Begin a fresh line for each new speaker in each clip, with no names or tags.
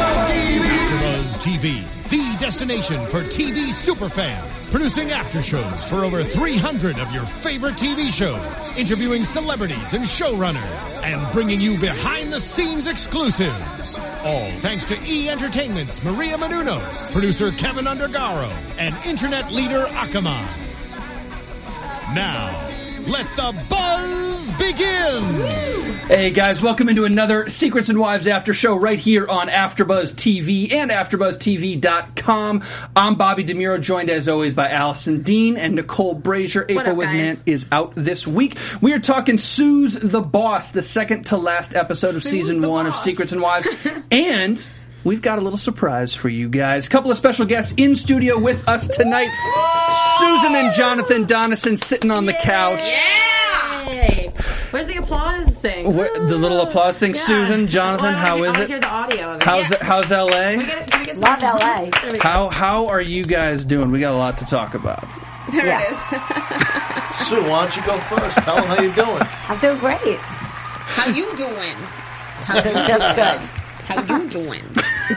AfterBuzz TV, the destination for TV superfans, producing aftershows for over 300 of your favorite TV shows, interviewing celebrities and showrunners, and bringing you behind-the-scenes exclusives. All thanks to E Entertainment's Maria Menounos, producer Kevin Undergaro, and internet leader Akamai. Now, let the buzz begin.
Hey guys, welcome into another Secrets and Wives After Show right here on AfterBuzz TV and AfterBuzzTV.com. I'm Bobby DeMuro, joined as always by Allison Dean and Nicole Brazier. April
up, guys?
Wisnant is out this week. We are talking Sue's the Boss, the second to last episode of
Sue's
season
the
one of
Boss.
Secrets and Wives, and. We've got a little surprise for you guys. Couple of special guests in studio with us tonight. Susan and Jonathan Donison sitting on the couch.
Yay! Where's the applause thing?
Where, the little applause thing,
Yeah.
Susan, Jonathan,
Well, I
how
wanna-
is
I wanna
it?
hear the audio of it.
How's
Yeah.
how's LA?
Can we get- can we get some-
Love LA.
There we go.
How how are you guys doing? We got a lot to talk about.
There
Yeah.
it is.
Sue, why don't you go first? Tell them how you doing.
I'm doing great.
How you doing?
I'm doing just good.
How you doing?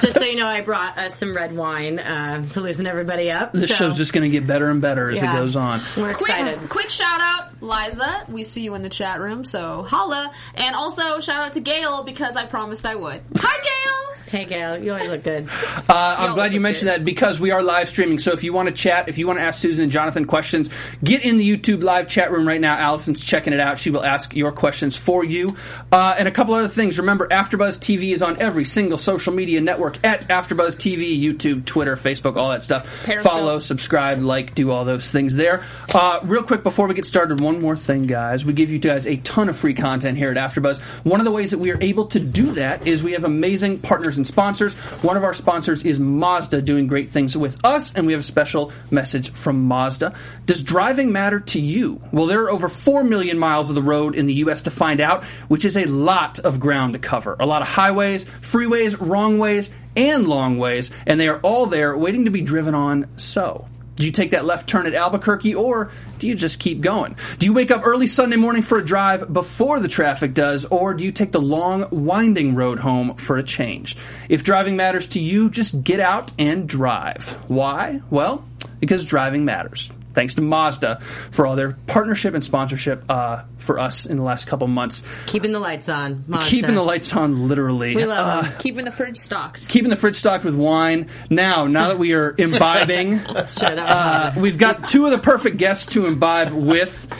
Just so you know, I brought us some red wine uh, to loosen everybody up.
This
so-
show's just going to get better and better as
Yeah.
it goes on.
We're
Quick,
excited.
quick shout out, Liza. We see you in the chat room, so holla. And also shout out to Gail because I promised I would. Hi, Gail.
Hey, Gail, you always look good.
Uh, I'm
Y'all
glad you
look
mentioned
good.
that because we are live streaming. So if you want to chat, if you want to ask Susan and Jonathan questions, get in the YouTube live chat room right now. Allison's checking it out. She will ask your questions for you. Uh, and a couple other things. Remember, AfterBuzz TV is on every single social media network at AfterBuzz TV, YouTube, Twitter, Facebook, all that stuff.
Periscope.
Follow, subscribe, like, do all those things there. Uh, real quick before we get started, one more thing, guys. We give you guys a ton of free content here at AfterBuzz. One of the ways that we are able to do that is we have amazing partners and sponsors. One of our sponsors is Mazda, doing great things with us, and we have a special message from Mazda. Does driving matter to you? Well, there are over four million miles of the road in the U.S. to find out, which is a lot of ground to cover. A lot of highways, freeways, wrong ways and long ways, and they are all there waiting to be driven on. So, do you take that left turn at Albuquerque or do you just keep going? Do you wake up early Sunday morning for a drive before the traffic does, or do you take the long, winding road home for a change? If driving matters to you, just get out and drive. Why? Well, because driving matters. Thanks to Mazda for all their partnership and sponsorship uh, for us in the last couple months.
Keeping the lights on. Mazda.
Keeping the lights on, literally.
We love
Uh,
them.
Keeping the fridge stocked.
keeping the fridge stocked with wine. Now, now that we are imbibing,
Sure, that was
uh, we've got two of the perfect guests to imbibe with.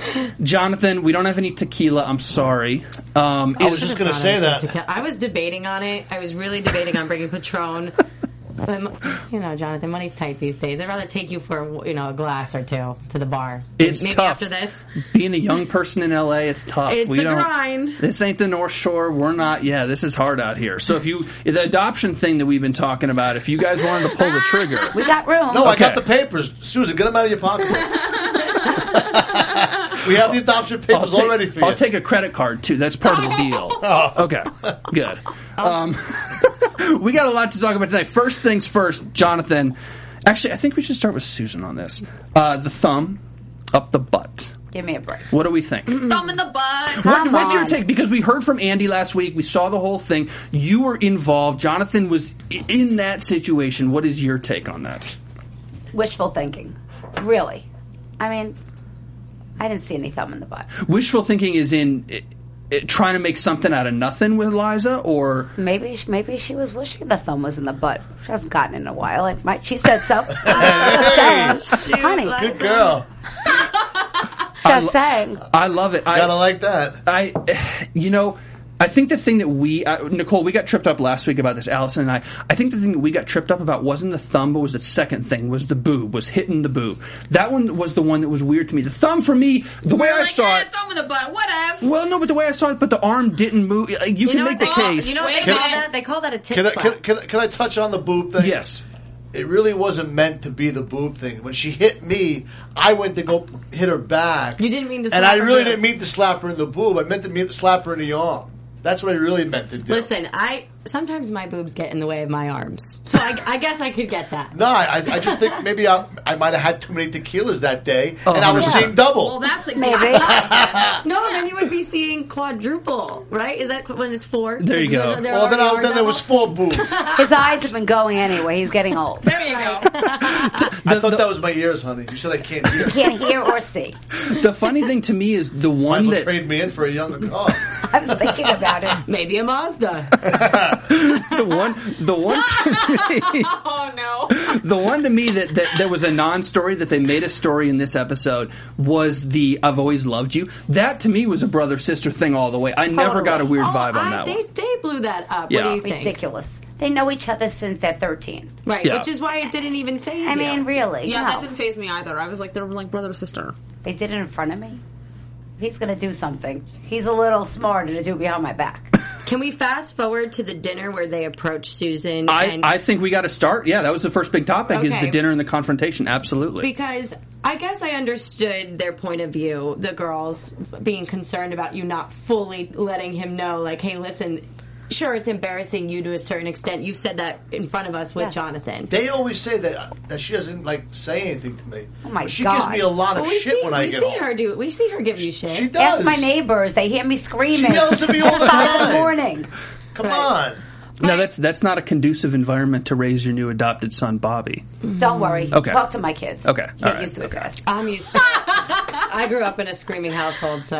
Jonathan, we don't have any tequila. I'm sorry. Um,
I
is-
was just going to
Thought
say
I was
that.
into ca- I was debating on it. I was really debating on bringing Patron. But, m- you know, Jonathan, money's tight these days. I'd rather take you for you know a glass or two to the bar.
It's
Maybe
tough.
after this.
being a young person in LA, it's tough.
It's
we
a
don't,
grind.
This ain't the North Shore. We're not. Yeah, this is hard out here. So if you the adoption thing that we've been talking about, if you guys wanted to pull the trigger,
We got room.
No, I got
Okay.
the papers. Susan, get them out of your pocket. we have the adoption papers
I'll, take,
already for you. Oh.
I'll take a credit card too. That's part of the deal. Okay, good. Um, we got a lot to talk about tonight. First things first, Jonathan. Actually, I think we should start with Susan on this. Uh, the thumb up the butt.
Give me a break.
What do we think?
Thumb in the butt.
What,
Come
what's your
on.
take? Because we heard from Andy last week. We saw the whole thing. You were involved. Jonathan was i- in that situation. What is your take on that?
Wishful thinking. Really. I mean, I didn't see any thumb in the butt.
Wishful thinking is in i i trying to make something out of nothing with Liza, or
Maybe maybe she was wishing the thumb was in the butt. She hasn't gotten it in a while. It might, she said so.
Hey!
just saying. Honey,
Good girl.
just saying.
I love it. I-
Gotta like that.
I, you know, I think the thing that we, uh, Nicole, we got tripped up last week about this, Allison and I. I think the thing that we got tripped up about wasn't the thumb, but was the second thing, was the boob, was hitting the boob. That one was the one that was weird to me. The thumb for me, the way I
Like,
saw
eh,
it.
Thumb in the butt. Whatever.
Well, no, but the way I saw it, but the arm didn't move. Like, You, can make
what
the
they call-
case.
You know what they
Can-
call that? They call that a tit
Can I,
slap.
can, can, can I touch on the boob thing?
yes.
It really wasn't meant to be the boob thing. When she hit me, I went to go hit her back.
You didn't mean to
And
slap
I
her
really
boob.
didn't mean to slap her in the boob. I meant to mean to slap her in the arm. That's what I really meant to do.
Listen, I sometimes my boobs get in the way of my arms, so I, I guess I could get that.
No, I, I just think maybe I, I might have had too many tequilas that day, and I was
100%.
seeing double.
Well, that's a
Maybe.
No, then you would be seeing quadruple, right? Is that when it's four?
There you go.
They're
Well, then,
already
I, then there was
double?
four boobs. I
His eyes have been going anyway. He's getting old.
There you go.
thought that was my ears, honey. You said I can't hear.
Can't hear or see.
The funny thing to me is the
Might as
one
well
that
trade me in for a younger car.
I'm thinking about it.
Maybe a Mazda.
the one the one
oh no.
the one to me that, that that was a non-story that they made a story in this episode was the I've always loved you. That to me was a brother sister thing all the way. I never got a weird
Oh,
vibe on
I-
that
they,
one.
They blew that up. What
Yeah.
do you think?
Ridiculous. They know each other since they're 13.
Right,
Yeah.
which is why it didn't even phase
I mean, really?
Yeah,
no.
that didn't phase me either. I was like, they're like brother or sister.
They did it in front of me. If he's gonna do something, he's a little smarter to do behind my back.
Can we fast forward to the dinner where they approach Susan?
I,
and
I think we got to start. Yeah, that was the first big topic is the
Okay.
dinner and the confrontation. Absolutely.
because I guess I understood their point of view, the girls being concerned about you not fully letting him know, like, hey, listen, sure, it's embarrassing you to a certain extent. You've said that in front of us with
Yes.
Jonathan.
They always say that that she doesn't like say anything to me. Oh
my
she
God.
gives me a lot of
Oh, we
shit
see,
when
we
I get
see
home.
her do. We see her give you shit.
She does.
Ask my neighbors; they hear me
She
screaming.
yells at me all the
Five in
time.
the morning.
Come on.
No, that's that's not a conducive environment to raise your new adopted son, Bobby.
Don't worry.
Okay.
Talk to my kids.
Okay,
You
all
Get
right,
used to it
okay.
fast.
I'm used to it. I grew up in a screaming household, so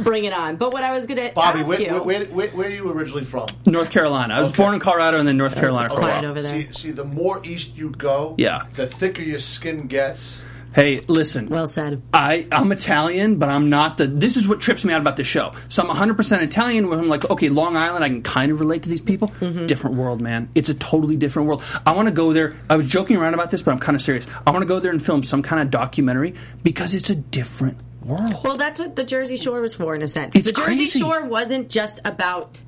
bring it on. But what I was going to
Bobby,
ask
where,
you,
where, where, where, where are you originally from?
North Carolina. I was born in Colorado and then
Oh,
North Carolina for a
quiet
while.
over there.
See, see, the more east you go,
Yeah.
the thicker your skin gets.
Hey, listen.
Well said.
I, I'm Italian, but I'm not the. This is what trips me out about the show. So I'm 100% Italian, where I'm like, okay, Long Island, I can kind of relate to these people.
Mm-hmm.
Different world, man. It's a totally different world. I want to go there. I was joking around about this, but I'm kind of serious. I want to go there and film some kind of documentary because it's a different world.
Well, that's what the Jersey Shore was for, in a sense.
It's
the Jersey
crazy.
Shore wasn't just about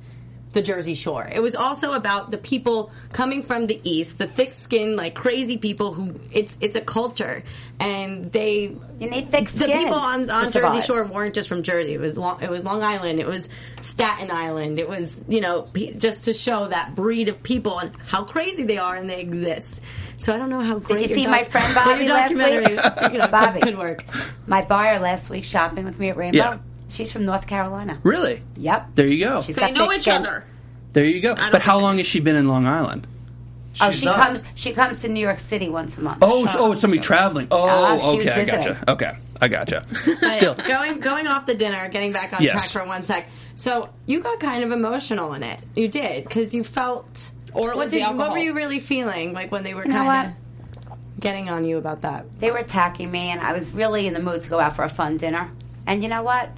the Jersey Shore. It was also about the people coming from the East, the thick-skinned, like crazy people who it's it's a culture, and they
You need thick
the
skin.
people on,
to
on Jersey
survive.
Shore weren't just from Jersey. It was Long, it was Long Island. It was Staten Island. It was you know pe- just to show that breed of people and how crazy they are and they exist. So I don't know how great.
you
your
see
doc-
my friend
but
Bobby
your
last
documentary
week?
is, you know,
Bobby.
Could work.
My buyer last week shopping with me at Rainbow.
Yeah.
She's from North Carolina.
Really?
Yep.
There you go.
She's
They
got
know
thick
each
skin.
other.
There you go. But how long has she been in Long Island?
Oh,
She's
she
not.
comes. She comes to New York City once a month.
Oh, sh- oh, it's somebody traveling.
Uh,
Oh,
she was
okay, I
visiting.
gotcha. Okay, I gotcha. Still,
going going off the dinner, getting back on
Yes.
track for one sec. So you got kind of emotional in it. You did because you felt.
Or it
What
was the
did? What
alcohol.
were you really feeling like when they were
You know
kind of getting on you about that?
they were attacking me, and I was really in the mood to go out for a fun dinner. And you know what?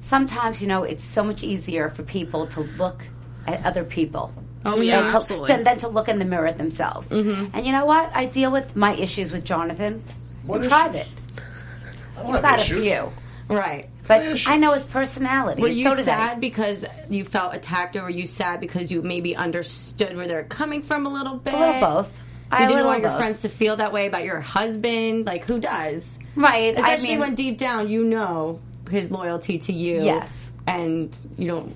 Sometimes you know it's so much easier for people to look at other people.
Oh yeah,
than to-
absolutely.
than- than to look in the mirror at themselves. And you know what? I deal with my issues with Jonathan
What
in
issues?
private.
I don't
He's
have
got
issues.
a few,
Right.
but
Issues.
I know his personality.
Were
and
you
so does
sad
Eddie.
because you felt attacked, or were you sad because you maybe understood where they're coming from a little bit?
A little both.
You
I
didn't
little
want your
both.
friends to feel that way about your husband. Like who does?
Right. I
Especially
mean-
when deep down you know his loyalty to you.
Yes.
And you don't.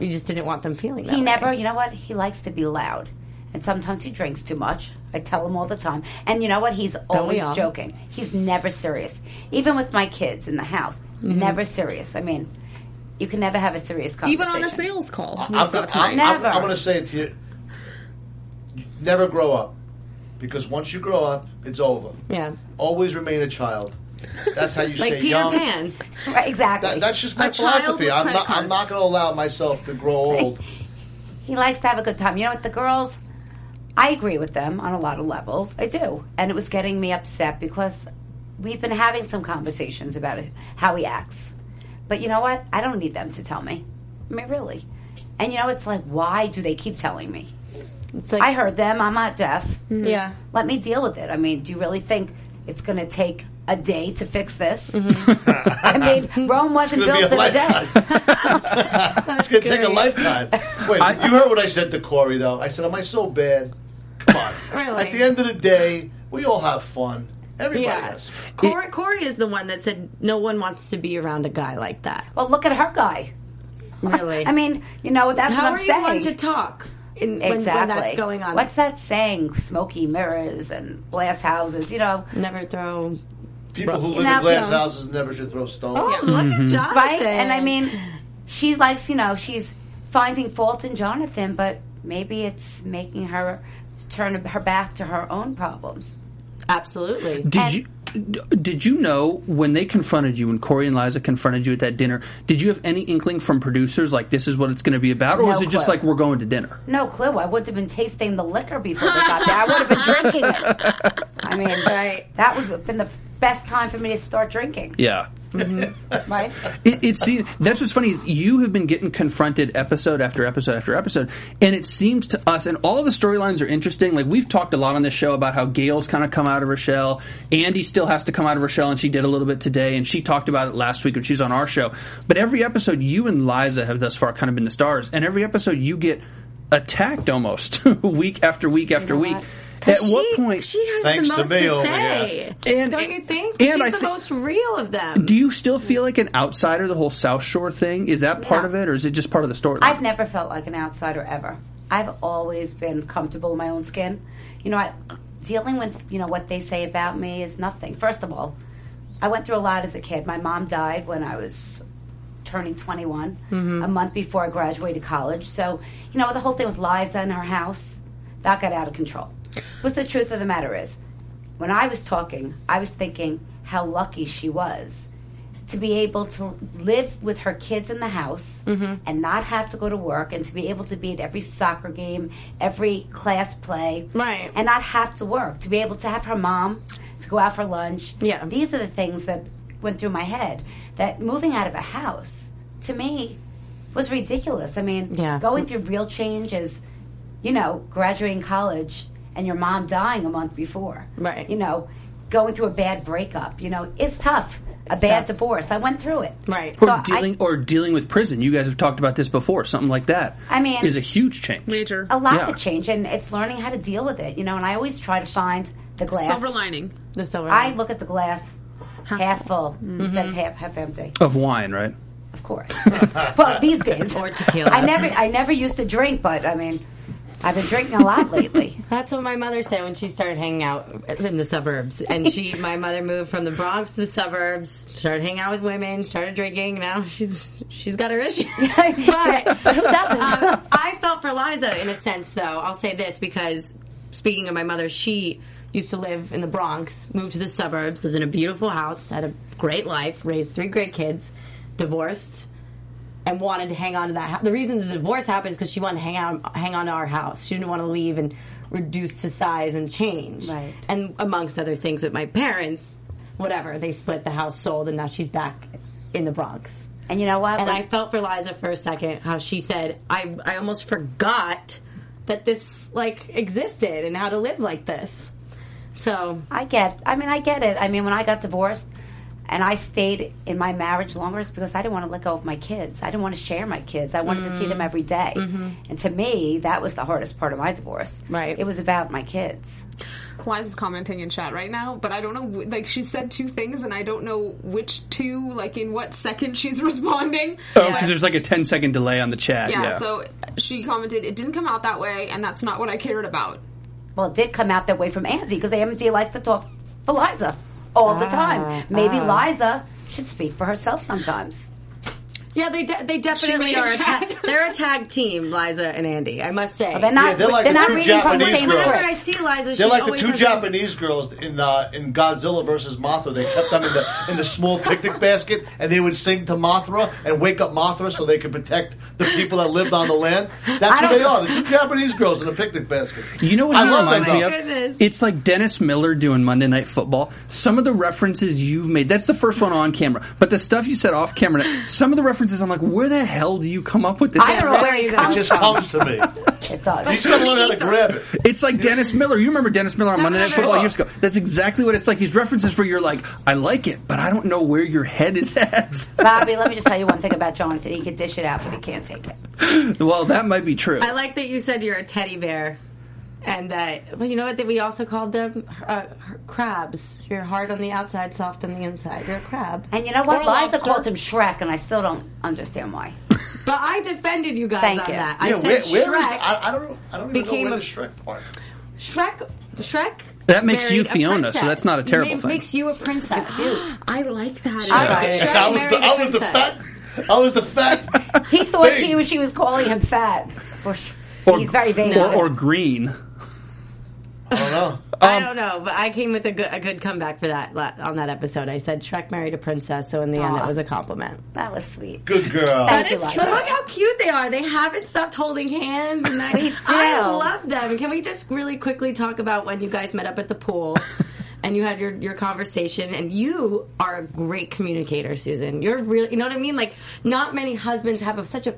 You just didn't want them feeling that.
He
way.
never, you know what? He likes to be loud. And sometimes he drinks too much. I tell him all the time. And you know what? He's always
all?
joking. He's never serious. Even with my kids in the house, never serious. I mean, you can never have a serious conversation.
Even on a sales call.
I'm,
most of
gonna-
the
I'm,
time.
I'm,
Never.
I'm going to say it to you. You Never grow up. Because once you grow up, it's over.
Yeah.
Always remain a child. That's how you
Like
stay
Peter
young.
Pan.
Right, exactly.
That, that's just my
A child
philosophy.
with
I'm
credit
not, I'm not
cards.
going to allow myself to grow old.
he likes to have a good time. You know what? The girls, I agree with them on a lot of levels. I do. And it was getting me upset because we've been having some conversations about it, how he acts. But you know what? I don't need them to tell me. I mean, really. And you know, it's like, why do they keep telling me?
It's like, Mm-hmm.
I heard them. I'm not deaf.
Yeah.
Let me deal with it. I mean, do you really think it's going to take a day to fix this?
Mm-hmm.
I mean, Rome wasn't
It's gonna
built
be
in
a
a day.
It's going to take a lifetime. Wait, you heard what I said to Corey, though. I said, Am I so bad? Come on.
Really?
At the end of the day, we all have fun. Everybody
yeah.
has.
Corey, Corey is the one that said no one wants to be around a guy like that.
Well, look at her guy.
Really?
I mean, you know, that's
How
what I'm
are
saying.
you one to talk in, when-
Exactly.
when, that's going on?
What's that saying? Smoky mirrors and glass houses. You know,
Never throw.
People who
You
live
know,
in glass
so-
houses never should throw stones.
Oh, look
Mm-hmm.
at Jonathan.
right? And I mean, she likes, you know, she's finding fault in Jonathan, but maybe it's making her turn her back to her own problems.
absolutely.
Did
And-
you d- did you know when they confronted you, when Corey and Liza confronted you at that dinner? Did you have any inkling from producers like this is what it's going to be about, or
No
was it just
clue.
like we're going to dinner?
No clue. I would have been tasting the liquor before they got there. I would have been drinking it. I mean,
Right.
that would have been the best time for me to start drinking.
Yeah.
Right?
It, it seems that's what's funny is you have been getting confronted episode after episode after episode, and it seems to us, and all the storylines are interesting. Like we've talked a lot on this show about how Gail's kind of come out of her shell. Andy still has to come out of her shell, and she did a little bit today, and she talked about it last week when she's on our show. But every episode, you and Liza have thus far kind of been the stars, and every episode you get attacked almost week after week after week. At what
She-
point?
she has
Thanks
the
to
most to,
me over
say?
And-
Don't you think?
and
She's
I
the
thi-
most real of them.
do you still feel like an outsider? The whole South Shore thing is that part
No.
of it, or is it just part of the story?
I've never felt like an outsider ever. I've always been comfortable in my own skin. You know, I, dealing with you know what they say about me is nothing. First of all, I went through a lot as a kid. My mom died when I was turning 21, a month before I graduated college. So you know the whole thing with Liza and her house that got out of control. What's the truth of the matter is, when I was talking, I was thinking how lucky she was to be able to live with her kids in the house
Mm-hmm.
and not have to go to work and to be able to be at every soccer game, every class play,
Right.
and not have to work, to be able to have her mom to go out for lunch.
Yeah.
These are the things that went through my head that moving out of a house to me was ridiculous. I mean,
Yeah.
going through real change is, you know, graduating college and your mom dying a month before.
Right.
You know, going through a bad breakup, you know, it's tough. a bad
tough.
divorce. I went through it.
Right.
or
So I-
dealing or dealing with prison. You guys have talked about this before. Something like that.
I mean-
is a huge change.
Major.
a lot
Yeah.
of change and it's learning how to deal with it, you know, and I always try to find the glass.
Silver lining.
The silver
I
lining.
look at the glass half full
Mm-hmm.
instead of half half empty.
of wine, right?
Of course. well, these days.
Or tequila.
I never I never used to drink, but I mean I've been drinking a lot lately.
That's what my mother said when she started hanging out in the suburbs. And she, my mother, moved from the Bronx to the suburbs, started hanging out with women, started drinking. Now she's she's got her issues. but
But who doesn't?
um, I felt for Liza in a sense, though. I'll say this because speaking of my mother, she used to live in the Bronx, moved to the suburbs, lived in a beautiful house, had a great life, raised three great kids, divorced, and wanted to hang on to that. house. The reason the divorce happened is because she wanted to hang out, hang on to our house. She didn't want to leave and reduce to size and change,
Right.
and amongst other things with my parents. Whatever they split the house, sold, and now she's back in the Bronx.
and you know what?
And
When-
I felt for Liza for a second how she said, I, I almost forgot that this like existed and how to live like this. So
I get. I mean, I get it. I mean, when I got divorced and I stayed in my marriage longer, it's because I didn't want to let go of my kids. I didn't want to share my kids. I wanted to see them every day. And to me, that was the hardest part of my divorce.
Right.
It was about my kids.
Liza's commenting in chat right now, but I don't know. wh- Like she said two things, and I don't know which two. Like in what second she's responding.
Oh, because
But-
there's like a 10 second delay on the chat.
yeah,
Yeah.
So she commented, "It didn't come out that way, and that's not what I cared about."
Well, it did come out that way from Anzi because AMC likes to talk for Liza all the time. Maybe Liza should speak for herself sometimes.
yeah, they de- they definitely
made a
are a
chat.
tag. They're a tag team, Liza and Andy. I must say.
They're not,
Yeah, they're like the two
reading from the
Japanese
same
girls.
Whenever I
script.
see Liza, she
They're like the
always
two
has a-
Japanese girls in uh, in Godzilla versus Mothra. They kept them in the in the small picnic basket, and they would sing to Mothra and wake up Mothra so they could protect the people that lived on the land. That's who
don't-
they are. The two Japanese girls in a picnic basket.
You know what
I
it
love
reminds
that,
me
though.
of?
Goodness.
It's like Dennis Miller doing Monday Night Football. Some of the references you've made, that's the first one on camera, but the stuff you said off camera, some of the references, I'm like, where the hell do you come up with this?
I don't know where he
It
It
comes
just
from.
comes to me.
It does.
You just gotta learn how to grab it.
It's like Dennis Miller. You remember Dennis Miller on Monday Night Football years ago. That's exactly what it's like. These references where you're like, I like it, but I don't know where your head is at.
Bobby, let me just tell you one thing about Jonathan. He can dish it out, but he can't take it.
well, that might be true.
I like that you said you're a teddy bear, and that well, you know what that we also called them uh, crabs. You're hard on the outside, soft on the inside. You're a crab.
And you know what?
Or a
Liza
lobster.
called him Shrek, and I still don't understand why.
But I defended you guys
Thank
on
you.
that.
yeah,
I
where,
said
where is,
Shrek.
I, I don't. I don't even know
became
where
a-
the Shrek part.
Shrek. Shrek.
That makes you
married a
Fiona, so
princess.
that's not a terrible
Ma-
thing.
Makes you a princess.
I like that.
I like
Shrek
I was the,
married a
I was the fat.
princess.
I was the fat.
He thought
Hey.
she was she was calling him fat. Or, she- he's very vain.
Or, or green.
I don't know.
Um,
I don't know, but I came with a good, a good comeback for that la- on that episode. I said Shrek married a princess, so in the end,
Aw.
it was a compliment.
that was sweet.
Good girl.
Thank
That
you,
is
Liza.
But look how cute they are. They haven't stopped holding hands. And that,
We
I
do.
love them. Can we just really quickly talk about when you guys met up at the pool and you had your, your conversation? And you are a great communicator, Susan. You're really, you know what I mean? Like, not many husbands have a, such a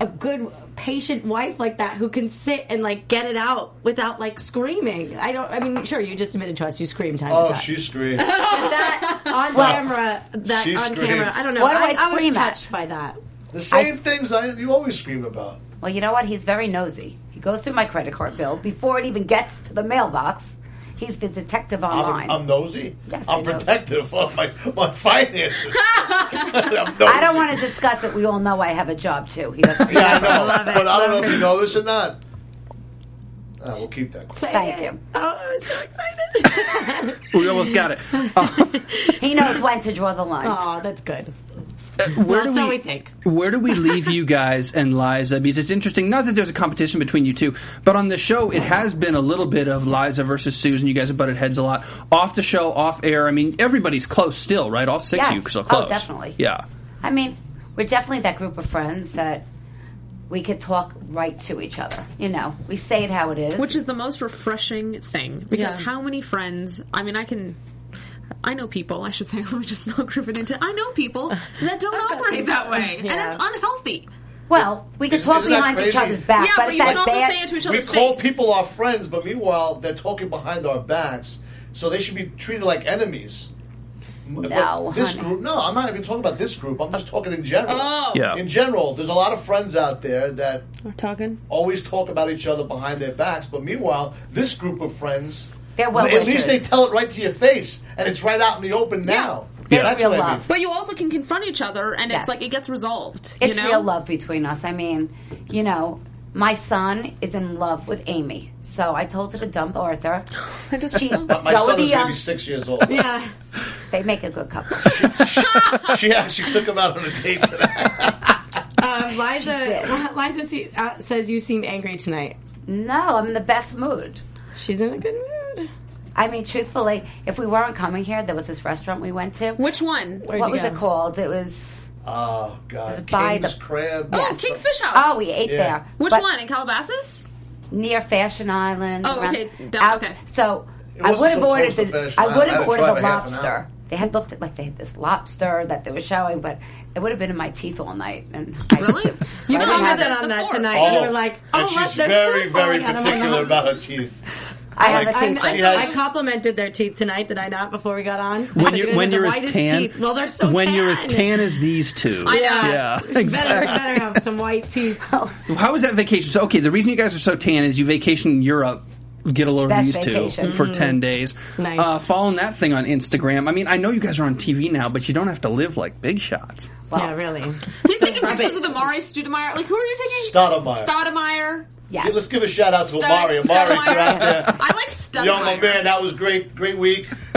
a good patient wife like that who can sit and like get it out without like screaming. I don't. I mean, sure, you just admitted to us you scream time. to
Oh,
time.
she screamed.
that on camera. That
She
on
screams.
camera. I don't know.
What do I
was
scream at?
touched by that.
The same things I, you always scream about.
Well, you know what? He's very nosy. He goes through my credit card bill before it even gets to the mailbox. He's the detective
I'm,
online.
I'm nosy.
Yes,
I'm
I know.
protective of my, my finances. I'm nosy.
I don't want to discuss it. We all know I have a job too. He doesn't.
Yeah, I know.
Love it,
but I don't know
love
if you know this or not. Ah, we'll keep that. quiet.
Thank you.
Oh, I'm so excited.
We almost got it. Uh,
He knows when to draw the line.
oh, that's good.
where
Well,
do
so
we,
we think.
Where do we leave you guys and Liza? Because it's interesting. Not that there's a competition between you two, but on the show, it has been a little bit of Liza versus Susan. You guys have butted heads a lot. Off the show, off air. I mean, everybody's close still, right? All six
Yes.
of you are still
Oh,
close.
definitely.
Yeah.
I mean, we're definitely that group of friends that we could talk right to each other. You know, we say it how it is.
Which is the most refreshing thing because
Yeah.
how many friends? I mean, I can. I know people. I should say. Let me just not group it into. I know people that don't operate that way, and
Yeah.
it's unhealthy.
well, we could
Isn't-
talk
isn't that
behind each
crazy?
other's back,
yeah,
but,
but
it's
you
that
can also
bad-
say it to each
We
other's
call
face.
people our friends, but meanwhile they're talking behind our backs, so they should be treated like enemies. No, this
honey.
group. No, I'm not even talking about this group. I'm just talking in general.
Oh.
Yeah.
In general, there's a lot of friends out there that
We're talking.
always talk about each other behind their backs, but meanwhile, this group of friends.
They're well
at least they
wishers.
tell it right to your face, and it's right out in the open now.
There's
That's
real
what I
love.
mean.
But you also can confront each other, and
Yes.
it's like it gets resolved.
It's
you know?
real love between us. I mean, you know, my son is in love with Amy, so I told her to dump Arthur.
I just
She,
feel-
But my
go
son
with the uh,
is
young.
maybe six years old.
Yeah.
They make a good couple.
she actually took him out on a date today.
Um, Liza, Liza se- uh, says you seem angry tonight.
no, I'm in the best mood.
She's in a good mood.
I mean, truthfully, if we weren't coming here, there was this restaurant we went to.
Which one?
Where'd
what
you
was
go?
it called? It was
Oh God,
by
King's
the-
crab.
Oh, King's Fish House.
oh, we ate
Yeah.
there.
Which
But
one in Calabasas?
Near Fashion Island.
Oh,
around-
okay, down-
out-
okay.
So
It
I
wasn't
would have
so
ordered
close to
the
Fashion
I
Island.
would
I had
have
to
ordered
drive
the
a half an hour.
lobster. They had looked at like they had this lobster that they were showing, but it would have been in my teeth all night. And I,
Really?
You
You
I didn't have
commented
that
on that
before.
tonight.
Oh,
you were like, oh,
and
look,
she's
there's
very,
food falling
very
out of my
particular
"Uh-huh."
mouth.
about her teeth.
I have
Like,
a
"Oh, I,
teeth.
I,
She has-
I complimented their teeth tonight, did I not? Before we got on, I
When
said,
you're
gonna
when
have the
you're as
whitest
tan,
teeth. Well, they're so
when
tan.
you're as tan as these two.
Yeah,
Yeah,
better,
exactly.
better have some white teeth.
How was that vacation? So, okay, the reason you guys are so tan is you vacation in Europe. Get a load of
Best
these two
vacation.
for ten days.
Mm-hmm. Nice.
Uh, following that thing on Instagram. I mean, I know you guys are on TV now, but you don't have to live like big shots.
Yeah, really.
He's taking pictures with Amari Stoudemire. Like, who are you taking?
Stoudemire.
Stoudemire.
Yeah, let's give a shout out to
Stud-
Amari. Amari, if you're out there.
I like Stoudemire.
Yo, my man, that was great. Great week.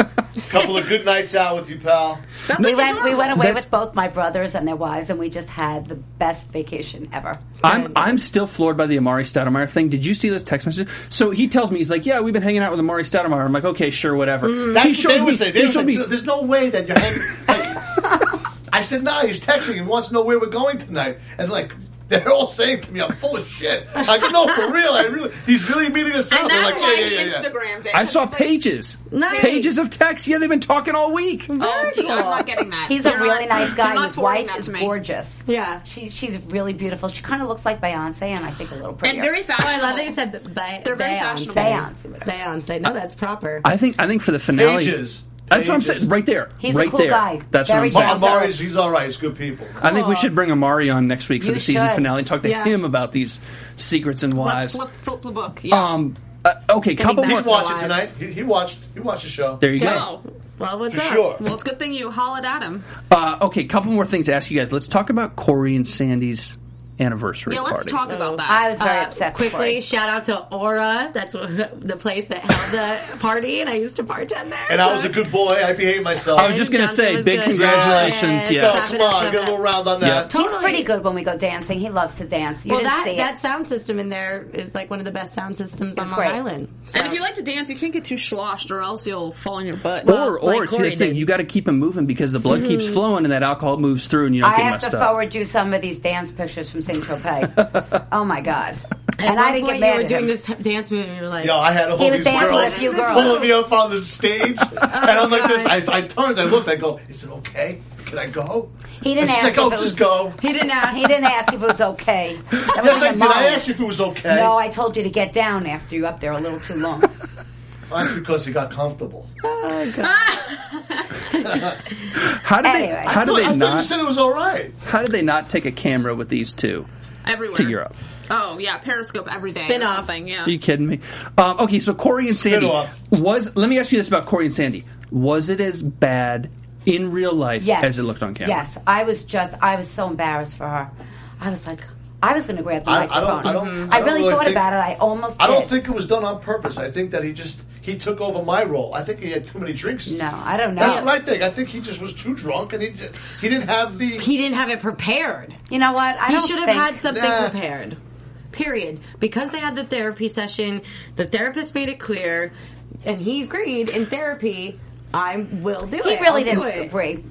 Couple of good nights out with you, pal.
That's
we
like
went, we
adorable.
went away
That's-
with both my brothers and their wives, and we just had the best vacation ever.
I'm I'm still floored by the Amari Stoudemire thing. Did you see this text message? So he tells me he's like, "Yeah, we've been hanging out with Amari Stoudemire." I'm like, "Okay, sure, whatever."
Mm-hmm.
That's
he
what they would say. They
he
would
showed
say,
me-
"No, There's no way that you're hanging. like, I said, nah, he's texting. He wants to know where we're going tonight. And like, they're all saying to me, I'm full of shit. I go, no, for real. I really, he's really meeting us
And
up.
that's
I'm like,
why
yeah,
he
yeah, yeah, yeah.
Instagrammed it. Oh,
I saw
He's like,
pages,
Nice.
pages of text. Yeah, they've been talking all week.
Oh,
Very
he- I'm
cool.
not getting that.
He's a
You're
really
not-
nice guy.
you're not
and His
forwarding
wife
that
is
to me.
gorgeous.
Yeah.
she, she's really beautiful. She kind of looks like Beyonce, and I think a little prettier.
and very
Oh, I
fashionable.
love that you said ba-
They're very
Beyonce.
fashionable.
Beyonce.
Beyonce. No, that's proper.
I think I think for the finale.
Pages.
That's what I'm
Pages.
saying. Right there.
He's a
right
cool
there.
guy.
That's what
Very
I'm saying.
cool.
Amari's, he's all right. He's good people.
I think we should bring Amari on next week for
You
the season
should.
finale and talk to
Yeah.
him about these secrets and
Let's
wives.
flip, flip the book. Yeah.
Um, uh, okay, couple
that's
He's
more.
what-
watching
Lives.
tonight. He, he watched. He watched the show.
There you go.
Wow.
Well, what's
For
up?
sure.
Well, it's a good thing you hollered at him.
Uh, okay, couple more things to ask you guys. Let's talk about Corey and Sandy's anniversary
Yeah,
party.
let's talk about that.
Oh, I was very
Uh,
upset. for
quickly,
it.
shout out to Aura. That's what, the place that held the party, and I used to bartend there.
And I was
so-
a good boy. I behaved myself.
I was just going to
Johnson
say,
was
big
good.
congratulations.
Yeah.
Oh,
Yes.
come on, get a little round on that.
Yep.
He's pretty good when we go dancing. He loves to dance. You
Well,
didn't
that,
see
that
it.
sound system in there is like one of the best sound systems on Long
great.
Island.
And if you like to dance, you can't get too sloshed, or else you'll fall on your butt.
Or,
like
or, it's see,
Corey
that's the thing,
did.
you got to keep them moving because the blood keeps flowing and that alcohol moves through and you don't
Mm-hmm. I
get
have
messed
to
up.
forward you some of these dance pictures from Saint Tropez. oh my god! And I didn't get
You
mad
were
at
doing
him.
this dance move, and you were like,
Yo, I had all
He was
these
dancing
girls,
with you
pulling
girls. Oh
me up on the stage, and I'm like this. I, I turned, I looked, I go, "Is it okay? Can I go?"
He
And
didn't
she's like,
ask
"Oh,
if it
just
was-
go."
he didn't ask.
He didn't ask if it was okay. That
Yes,
was
I
in
did.
the
I
moment.
asked you if it was okay.
No, I told you to get down after you up there a little too long.
That's because he got comfortable.
How did
Anyway.
they? How did they
Look, I thought you
not?
said it was all right.
How did they not take a camera with these two
everywhere
to Europe?
Oh yeah, Periscope every day.
Spin
or
off.
something, Yeah.
Are you kidding me? Um, okay, so Corey and Sandy
off.
was. Let me ask you this about Corey and Sandy: Was it as bad in real life
Yes.
as it looked on camera?
Yes. I was just, I was so embarrassed for her. I was like, I was going to grab the
I- I don't-
microphone.
I don't-
I
I don't
really
really
thought
think-
about it. I almost
I don't
did.
think it was done on purpose. I think that he just he took over my role. I think he had too many drinks.
No, I don't know.
That's what I think. I think he just was too drunk, and he just, he didn't have the.
He didn't have it prepared.
You know what? I
He
don't
should have
think-
had something
Nah.
prepared. Period. Because they had the therapy session, the therapist made it clear, and he agreed in therapy. I will do
He
it.
really
I'll do
didn't
it."
agree.
You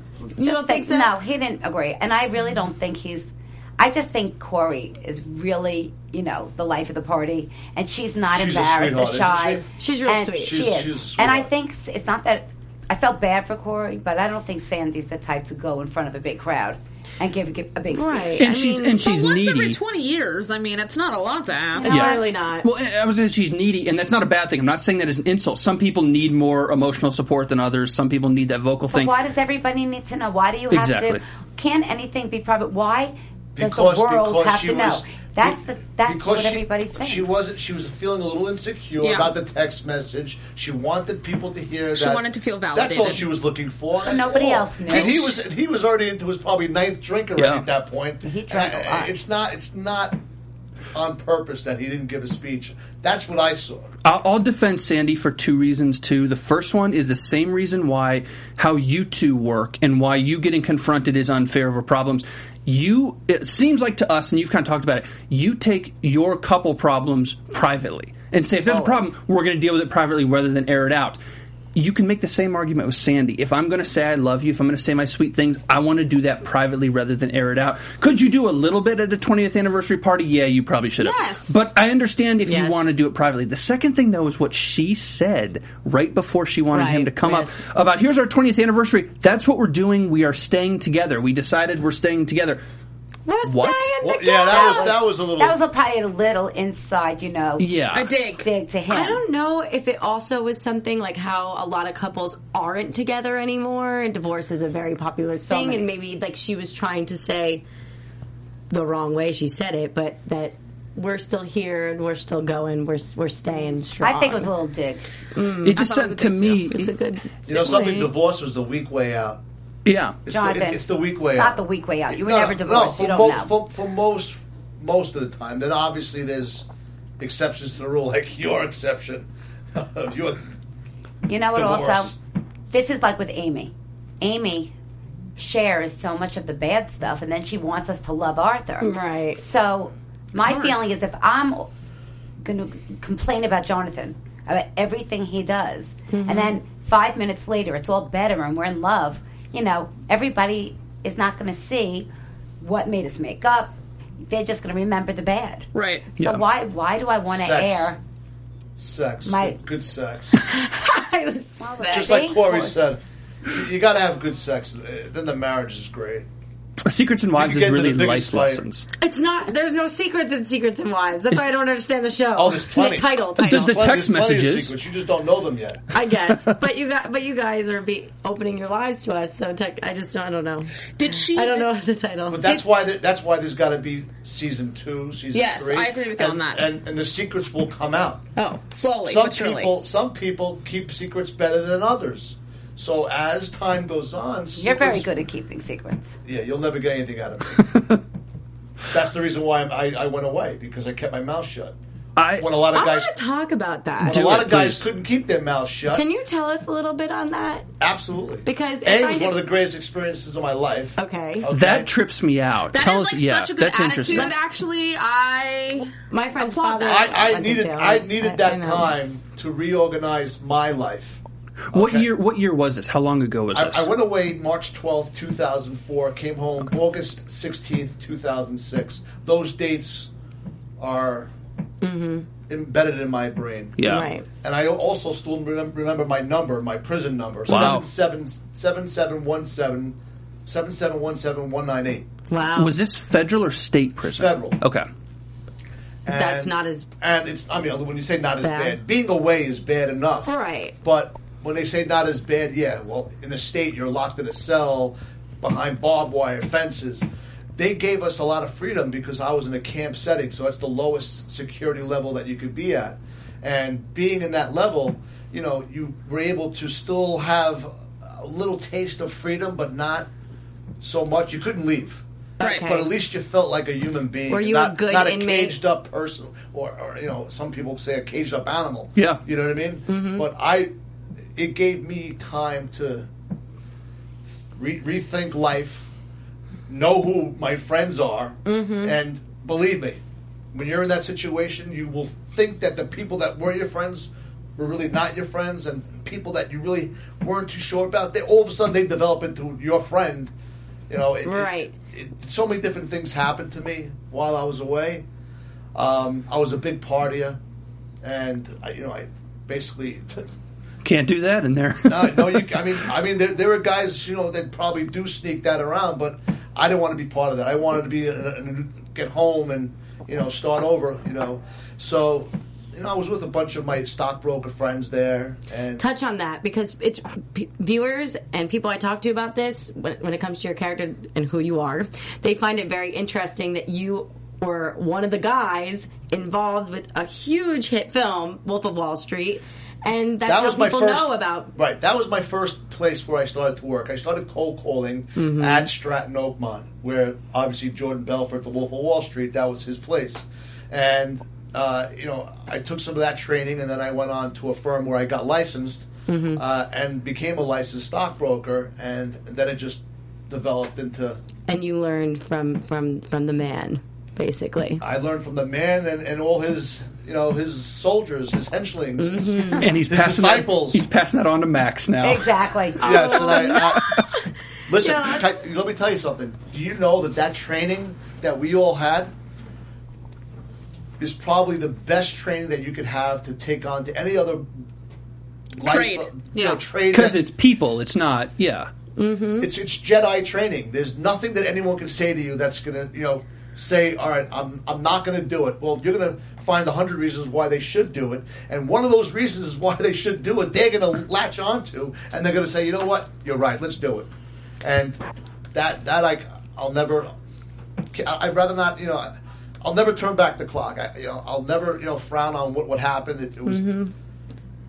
Just
don't think so?
No, he didn't agree. And I really don't think he's. I just think Corey is really, you know, the life of the party, and she's not
She's a
embarrassed or
sweetheart,
shy.
isn't
she? She's really
And
sweet.
She
She's-
is.
she's a
and
sweetheart.
I think s- it's not that I felt bad for Corey, but I don't think Sandy's the type to go in front of a big crowd and give, give a big speech.
Right.
And
I
she's
mean,
and
But
she's
once
needy.
every twenty years, I mean, it's not a lot to ask.
No,
Yeah.
really not.
Well, I I was going to say she's needy, and that's not a bad thing. I'm not saying that as an insult. Some people need more emotional support than others. Some people need that vocal
But
thing.
why does everybody need to know? Why do you have
Exactly.
to? Can anything be private? Why does
because
the world
because
have
she
to know?
was,
that's the that's
because
what
she-
everybody thinks.
She wasn't. She was feeling a little insecure
Yeah.
about the text message. She wanted people to hear.
She
that,
wanted to feel
That's all
validated.
she was looking for. That's
nobody
all.
else knew.
And he was. And he was already into his probably ninth drink already
Yeah.
at that point. Uh,
He drank a lot.
It's not. It's not on purpose that he didn't give a speech. That's what I saw.
I'll, I'll defend Sandy for two reasons too. The first one is the same reason why how you two work and why you getting confronted is unfair over problems. You it seems like to us, and you've kind of talked about it. You take your couple problems privately and say if there's a problem, we're going to deal with it privately rather than air it out. You can make the same argument with Sandy. If I'm going to say I love you, if I'm going to say my sweet things, I want to do that privately rather than air it out. Could you do a little bit at a 20th anniversary party? Yeah, you probably should have.
Yes.
But I understand if you
Yes.
want to do it privately. The second thing, though, is what she said right before she wanted
Right,
him to come
yes.
up about here's our 20th anniversary. That's what we're doing. We are staying together. We decided we're staying together. What?
Well, yeah, that was that was a little.
That was a, probably a little inside, you know.
Yeah.
A dig.
Dig to him.
I don't know if it also was something like how a lot of couples aren't together anymore, and divorce is a very popular
So
thing,
many.
and maybe like she was trying to say the wrong way she said it, but that we're still here and we're still going, we're we're staying strong.
I think it was a little dig.
it just said
thought it was
to
a big
me,
deal.
It's a good.
you know, something.
way.
Divorce was the weak way out.
yeah.
It's
Jonathan,
the, it- it's the weak way
It's
out.
not the weak way out. You were
No,
never divorced.
for
you don't
most,
know.
For, for most, most of the time. Then obviously there's exceptions to the rule, like your exception. Of your,
you know what? Also,
divorce.
this is like with Amy. Amy shares so much of the bad stuff, and then she wants us to love Arthur.
Right.
So my feeling is if I'm going to complain about Jonathan about everything he does, and then five minutes later it's all better and we're in love, you know, everybody is not going to see what made us make up. They're just going to remember the bad.
Right.
So
Yeah.
why why do I want to
Sex.
air?
sex,
My-
good, good sex.
Just
Just like Corey said, you- you got to have good sex. uh, Then the marriage is great.
Secrets and Wives
You get
is
to the
really life
biggest fight.
lessons.
It's not. There's no secrets in Secrets and Wives. That's why I don't understand the show.
Oh, there's plenty.
The title.
Does
Title.
the
Plenty-
text
there's plenty of
messages-
secrets, you just don't know them yet.
I guess, but you got, but you guys are be opening your lives to us. So tech, I just don't, I don't know.
Did she?
I don't know the title.
But that's why th- that's why there's got to be season two, season
Yes,
three.
I agree with you
and,
on that.
And, and the secrets will come out.
Oh, slowly,
some
but surely.
people some people keep secrets better than others So as time goes on,
You're very
Snoopers-
good at keeping secrets.
Yeah, you'll never get anything out of me. That's the reason why I'm, I, I went away because I kept my mouth shut.
I-
when a lot of
I
guys,
want to talk about that.
when a lot of guys
please.
couldn't keep their mouths shut.
Can you tell us a little bit on that?
Absolutely.
Because
A
if
was
I
one of
did-
the greatest experiences of my life.
Okay.
Okay.
That trips me out.
That is
Tell us,
like
yeah,
such a good
that's
attitude.
interesting.
Actually, I
My friend's
Applaud
father.
that.
I,
went
I
to
needed
jail.
I needed that
know.
time to reorganize my life.
What
Okay.
year? What year was this? How long ago was this?
I, I went away March twelfth, two 2004, came home August 16th, 2006. Those dates are
Mm-hmm.
embedded in my brain.
yeah.
Right.
And I also still remem- remember my number, my prison number,
Wow.
7717 7717198.
Wow.
Was this federal or state prison?
Federal.
Okay.
And-
That's not as-
And it's, I mean, when you say not as
Bad.
bad, being away is bad enough.
Right.
But when they say not as bad, yeah, well, in the state, you're locked in a cell behind barbed wire fences. They gave us a lot of freedom because I was in a camp setting, so that's the lowest security level that you could be at. And being in that level, you know, you were able to still have a little taste of freedom, but not so much. You couldn't leave.
Right.
But at least you felt like a human being.
Were you
not,
a good
not
inmate?
a caged up person, or, or you know, some people say a caged up animal.
Yeah.
you know what I mean. But I, it gave me time to re- rethink life, know who my friends are, and believe me, when you're in that situation, you will think that the people that were your friends were really not your friends, and people that you really weren't too sure about. They all of a sudden they develop into your friend. You know, it- it-
Right.
It, so many different things happened to me while I was away. Um, I was a big partier, and I, you know, I basically
Can't do that in there.
no, no, you. I mean, I mean, there, there were guys, you know, that probably do sneak that around, but I didn't want to be part of that. I wanted to be in a- in a- get home and you know start over, you know. So, you know, I was with a bunch of my stockbroker friends there, and
touch on that because it's p- viewers and people I talk to about this when, when it comes to your character and who you are. They find it very interesting that you were one of the guys involved with a huge hit film, Wolf of Wall Street, and that's
that
how
was my
people
first
know about.
right. That was my first place where I started to work. I started cold calling
Mm-hmm.
at Stratton Oakmont, where obviously Jordan Belfort, the Wolf of Wall Street, that was his place, and uh, you know I took some of that training, and then I went on to a firm where I got licensed
Mm-hmm.
uh, and became a licensed stockbroker, and then it just developed into.
And you learned from from from the man, basically.
I learned from the man and, and all his you know his soldiers, his henchlings.
Mm-hmm.
and he's passing that,
disciples.
he's passing that on to Max now.
Exactly.
Yes, and I, I listen.
Yeah.
can- let me tell you something. Do you know that that training that we all had is probably the best training that you could have to take on to any other life, uh,
Trade.
you know,
Yeah.
trade
Because
that-
it's people. It's not. Yeah.
it's it's Jedi training. There's nothing that anyone can say to you that's gonna you know say, all right, I'm I'm not gonna do it. Well, you're gonna find a hundred reasons why they should do it, and one of those reasons is why they should do it. They're gonna latch onto, and they're gonna say, you know what, you're right, let's do it. And that that I I'll never. I- I'd rather not you know. I'll never turn back the clock. I, you know, I'll never, you know, frown on what, what happened. It, it was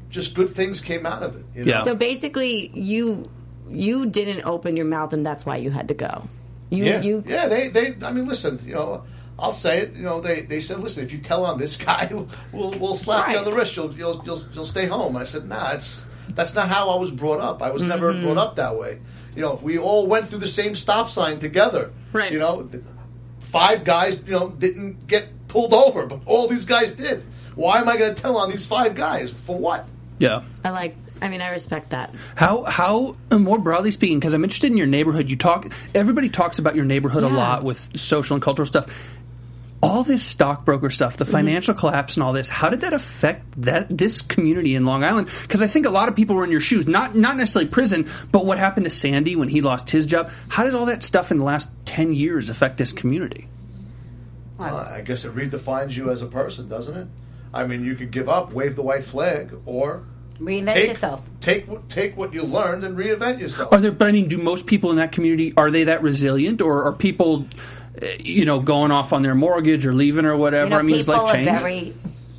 just good things came out of it. You know?
Yeah.
So basically, you you didn't open your mouth, and that's why you had to go. You
Yeah,
you
yeah. They, they. I mean, listen. You know, I'll say it. You know, they, they said, listen, if you tell on this guy, we'll we'll slap you on the
Right.
wrist. You'll you'll you'll, you'll stay home. I said, nah, it's that's not how I was brought up. I was never
Mm-hmm.
brought up that way. You know, we all went through the same stop sign together.
Right.
You know, th- five guys. You know, didn't get pulled over, but all these guys did. Why am I going to tell on these five guys for what?
Yeah.
I like. I mean, I respect that.
How how and more broadly speaking, because I'm interested in your neighborhood. You talk. Everybody talks about your neighborhood a
Yeah.
lot with social and cultural stuff. All this stockbroker stuff, the financial collapse, and all this. How did that affect that this community in Long Island? Because I think a lot of people were in your shoes. Not not necessarily prison, but what happened to Sandy when he lost his job. How did all that stuff in the last ten years affect this community?
Uh, I guess it redefines you as a person, doesn't it? I mean, you could give up, wave the white flag, or
Reinvent yourself.
Take what- take what you learned and reinvent yourself.
Are there? But I mean, do most people in that community are they that resilient, or are people, eh, you know, going off on their mortgage or leaving or whatever?
You know,
I mean, is
people
life
are
changed?
very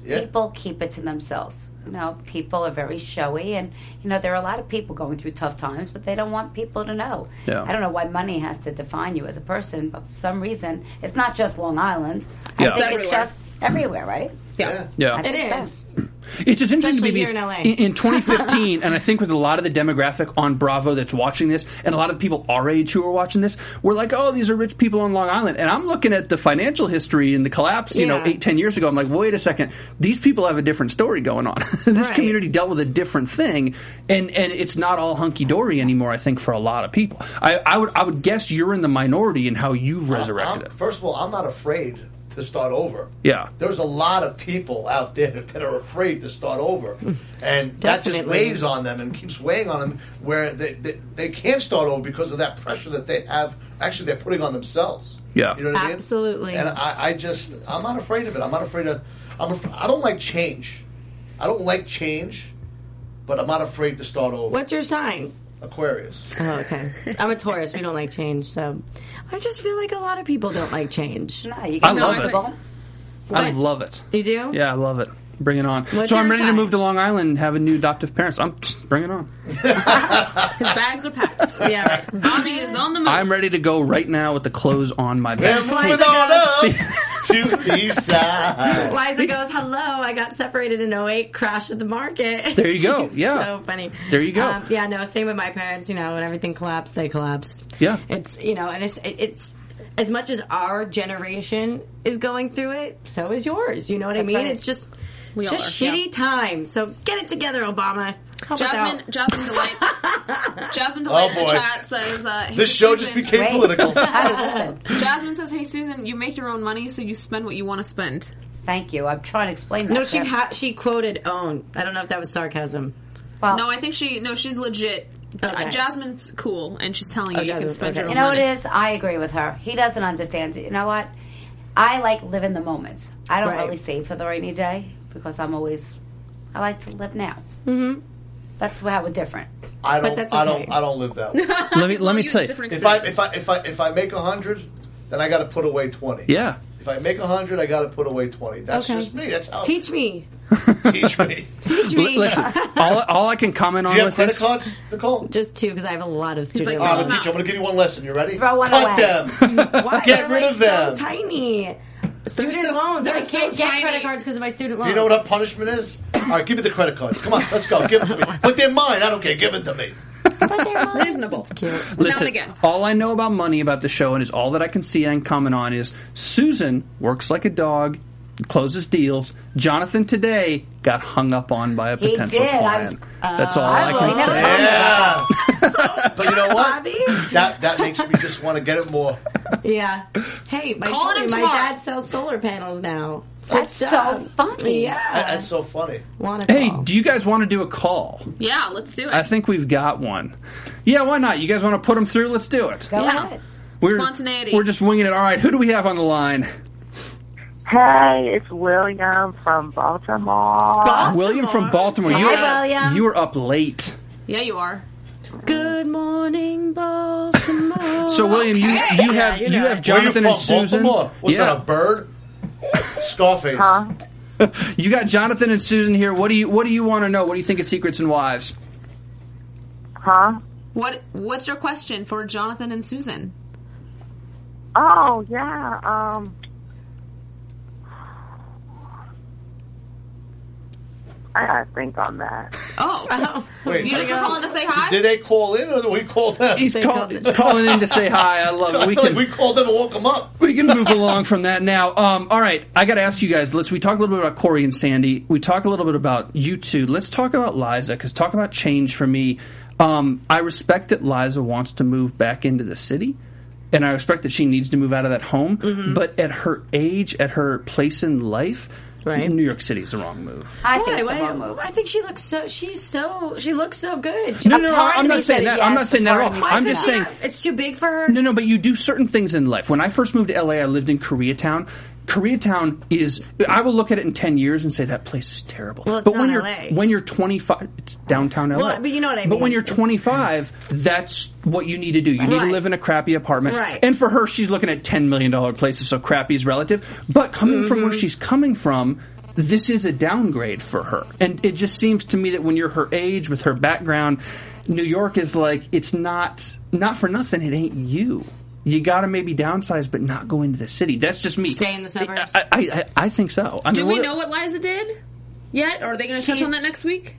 Yeah.
People keep it to themselves. You know, people are very showy, and you know there are a lot of people going through tough times, but they don't want people to know.
Yeah.
I don't know why money has to define you as a person, but for some reason, it's not just Long Island.
Yeah.
I
It's
think it's
everywhere.
just everywhere, right?
Yeah.
Yeah.
I
It
think so.
is.
It's just interesting to me
Especially
because
here in LA.
in, in 2015, and I think with a lot of the demographic on Bravo that's watching this, and a lot of people our age who are watching this, we're like, oh, these are rich people on Long Island. And I'm looking at the financial history and the collapse, you know,
Yeah.
eight, ten years ago. I'm like, wait a second, these people have a different story going on. this
Right.
community dealt with a different thing, and and it's not all hunky dory anymore. I think for a lot of people, I, I would I would guess you're in the minority in how you've resurrected
I'm-
it.
First of all, I'm not afraid to start over.
Yeah.
There's a lot of people out there that are afraid to start over.
Hmm.
And that just
Definitely.
weighs on them and keeps weighing on them where they, they, they can't start over because of that pressure that they have. Actually, they're putting on themselves.
Yeah.
You know what I mean?
Absolutely.
And I, I just, I'm not afraid of it. I'm not afraid of, I'm af- I don't like change. I don't like change, but I'm not afraid to start over.
What's your sign?
Aquarius.
Oh, okay. I'm a Taurus. We don't like change, so I just feel like a lot of people don't like change.
No, you
I
can
love
know
it.
people.
I
But-
love it.
You do?
Yeah, I love it. Bring it on.
What's
so I'm
your
ready to
sign?
move to Long Island and have a new adoptive parents. I'm bring it on.
His bags are packed.
Yeah. Right.
Bobby is on the move.
I'm ready to go right now with the clothes on my
And
back.
moving on up to the east side.
Liza goes, "Hello, I got separated in 08, crash at the market."
There you go.
She's
Yeah.
so funny.
There you go.
Um, yeah, no, same with my parents. You know, when everything collapsed, they collapsed.
Yeah.
it's you know, and it's it, it's as much as our generation is going through it, so is yours. You know what I mean?
right.
It's just
We all
just
are, yeah.
shitty times. So get it together, Obama. Help us
Jasmine,
out.
Jasmine Delight. Jasmine Delight in
Oh, boy.
the chat says, uh, hey,
This show just
Susan-
became
Wait.
political.
I listen.
Jasmine says, "Hey Susan, you make your own money, so you spend what you want to spend."
Thank you. I'm trying to explain that.
No, she
to-
ha- she quoted own. I don't know if that was sarcasm.
Well,
No, I think she. No, she's legit.
Okay.
Uh, Jasmine's cool, and she's telling
Oh,
you you can
Jasmine,
spend
okay.
your own
You know what
money.
it is? I agree with her. He doesn't understand. You know what? I like live in the moment. I don't
Right.
really save for the rainy day because I'm always. I like to live now. Mm-hmm. That's how we're different.
I don't.
that's
I
okay.
don't. I don't live that. Way.
let me let me
You
tell
have
you.
different
if I
experiences.
if I if I if I make a hundred, then I got to put away twenty.
Yeah.
If I make a hundred, I got to put away twenty. That's
Okay.
just me. That's how
Teach me.
teach me.
L-
Teach me.
listen, all, all I can comment on
Do you have
with
credit
this.
cards, Nicole?
Just two, because I have a lot of student
like,
All right, I'm
loans.
gonna teach you. I'm gonna give you one lesson. You ready?
Throw one
Cut
away.
them.
Why? They're,
Get rid
like,
of them.
So tiny. Student
so-
loans.
they're
I can't
so
get
tiny.
credit cards because of my student loans.
You know what our punishment is? All right, give me the credit cards. Come on, let's go. Give it to me. But they're mine. I don't care. Give it to me.
But they're mine.
reasonable. Now
Listen,
again.
all I know about money about the show and is all that I can see and comment on is Susan works like a dog, closes deals. Jonathan today got hung up on by a
He
potential
did. I was-
client. That's all I,
I
can
was-
say.
Yeah. but you know what?
Bobby?
That that makes me just want to get it more.
Yeah. Hey, my,
Call it
my
in tomorrow.
dad sells solar panels now.
That's
Switched
so
up.
funny.
That-
Yeah.
That's so funny.
Wanna
Hey,
call.
do you guys want to do a call?
yeah, let's do it.
I think we've got one. Yeah, why not? You guys want to put them through? Let's do it.
Go
Yeah.
ahead.
We're,
Spontaneity.
We're just winging it. All right, who do we have on the line?
Hey, it's William from Baltimore.
William from Baltimore.
Hi,
you are,
William.
You were up late.
yeah, you are.
Good morning, Baltimore.
So William, you you have
you
you,
know
have
it.
Where you
Jonathan
from?
and Susan.
Baltimore? What's
yeah,
that? A bird? Scarface.
Huh?
you got Jonathan and Susan here. What do you what do you want to know? What do you think of Secrets and Wives?
Huh?
What What's your question for Jonathan and Susan?
Oh yeah. Um. I gotta think on that.
Oh,
Wait,
you just were calling to say hi.
Did they call in or did we call them?
He's
They
call,
called it.
he's calling in to say hi. I love
I
it. We
feel
can
like we called them and woke them up.
we can move along from that now. Um, all right, I got to ask you guys. Let's we talk a little bit about Corey and Sandy. We talk a little bit about you two. Let's talk about Liza because talk about change for me. Um, I respect that Liza wants to move back into the city, and I respect that she needs to move out of that home.
Mm-hmm.
But at her age, at her place in life,
Right.
New York City is the wrong move.
I think
Why?
it's the
Why-
wrong move.
I think she looks so. She's so. She looks so good. She-
No,
It's
no, no,
hard
I'm
to
not
be
saying
said
that. I'm
yes,
not saying
it's
that at
hard
all.
to be
Why
I'm
could
just
she
saying
not- it's too big for her.
No, no, but you do certain things in life. When I first moved to LA, I lived in Koreatown. Koreatown is I will look at it in 10 years and say that place is terrible.
Well, it's
but when
not
you're
LA.
when you're 25 it's downtown LA.
Well, but you know what I
But when
mean.
you're 25, that's what you need to do. You need to
Right.
live in a crappy apartment.
Right.
And for her, she's looking at 10 million dollar places, so crappy is relative. But coming from where she's coming from, this is a downgrade for her. And it just seems to me that when you're her age with her background, New York is like it's not not for nothing. It ain't you. You got to maybe downsize, but not go into the city. That's just me.
Stay in the suburbs?
I, I, I, I think so. I
Do
mean,
we know what Liza did yet? Or are they going to touch
She's-
on that next week?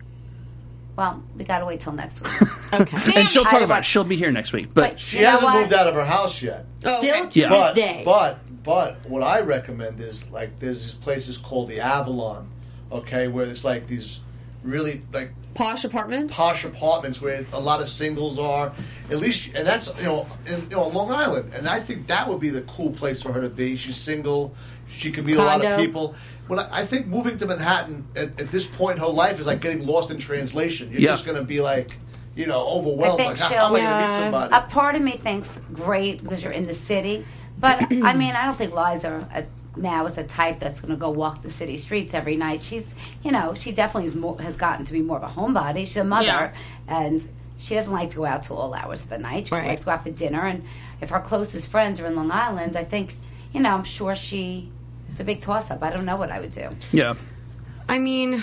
Well, we gotta wait till next week.
Okay.
And she'll talk
I-
about. it. She'll be here next week, but.
But
She
you know
hasn't
what?
moved out of her house yet.
Oh,
Still
okay.
to
Yeah.
this
But,
day.
but but what I recommend is like there's these places called the Avalon, okay, where it's like these really like
posh apartments.
posh apartments where a lot of singles are. At least, and that's you know, in, you know, Long Island, and I think that would be the cool place for her to be. She's single. She can meet a lot
Condo.
of people. When I, I think moving to Manhattan at, at this point in her life is like getting lost in translation. You're
Yeah.
just going to be like, you know,
I
overwhelmed.
think
Like, how,
she'll. uh,
how am I going to meet somebody?
A part of me thinks great because you're in the city, but I mean, I don't think Liza uh, now is the type that's going to go walk the city streets every night. She's, you know, she definitely is more, has gotten to be more of a homebody. She's a mother,
Yeah.
and she doesn't like to go out till all hours of the night. She
Right.
likes to go out for dinner, and if her closest friends are in Long Island, I think, you know, I'm sure she. It's a big toss-up. I don't know what I would do.
Yeah.
I mean,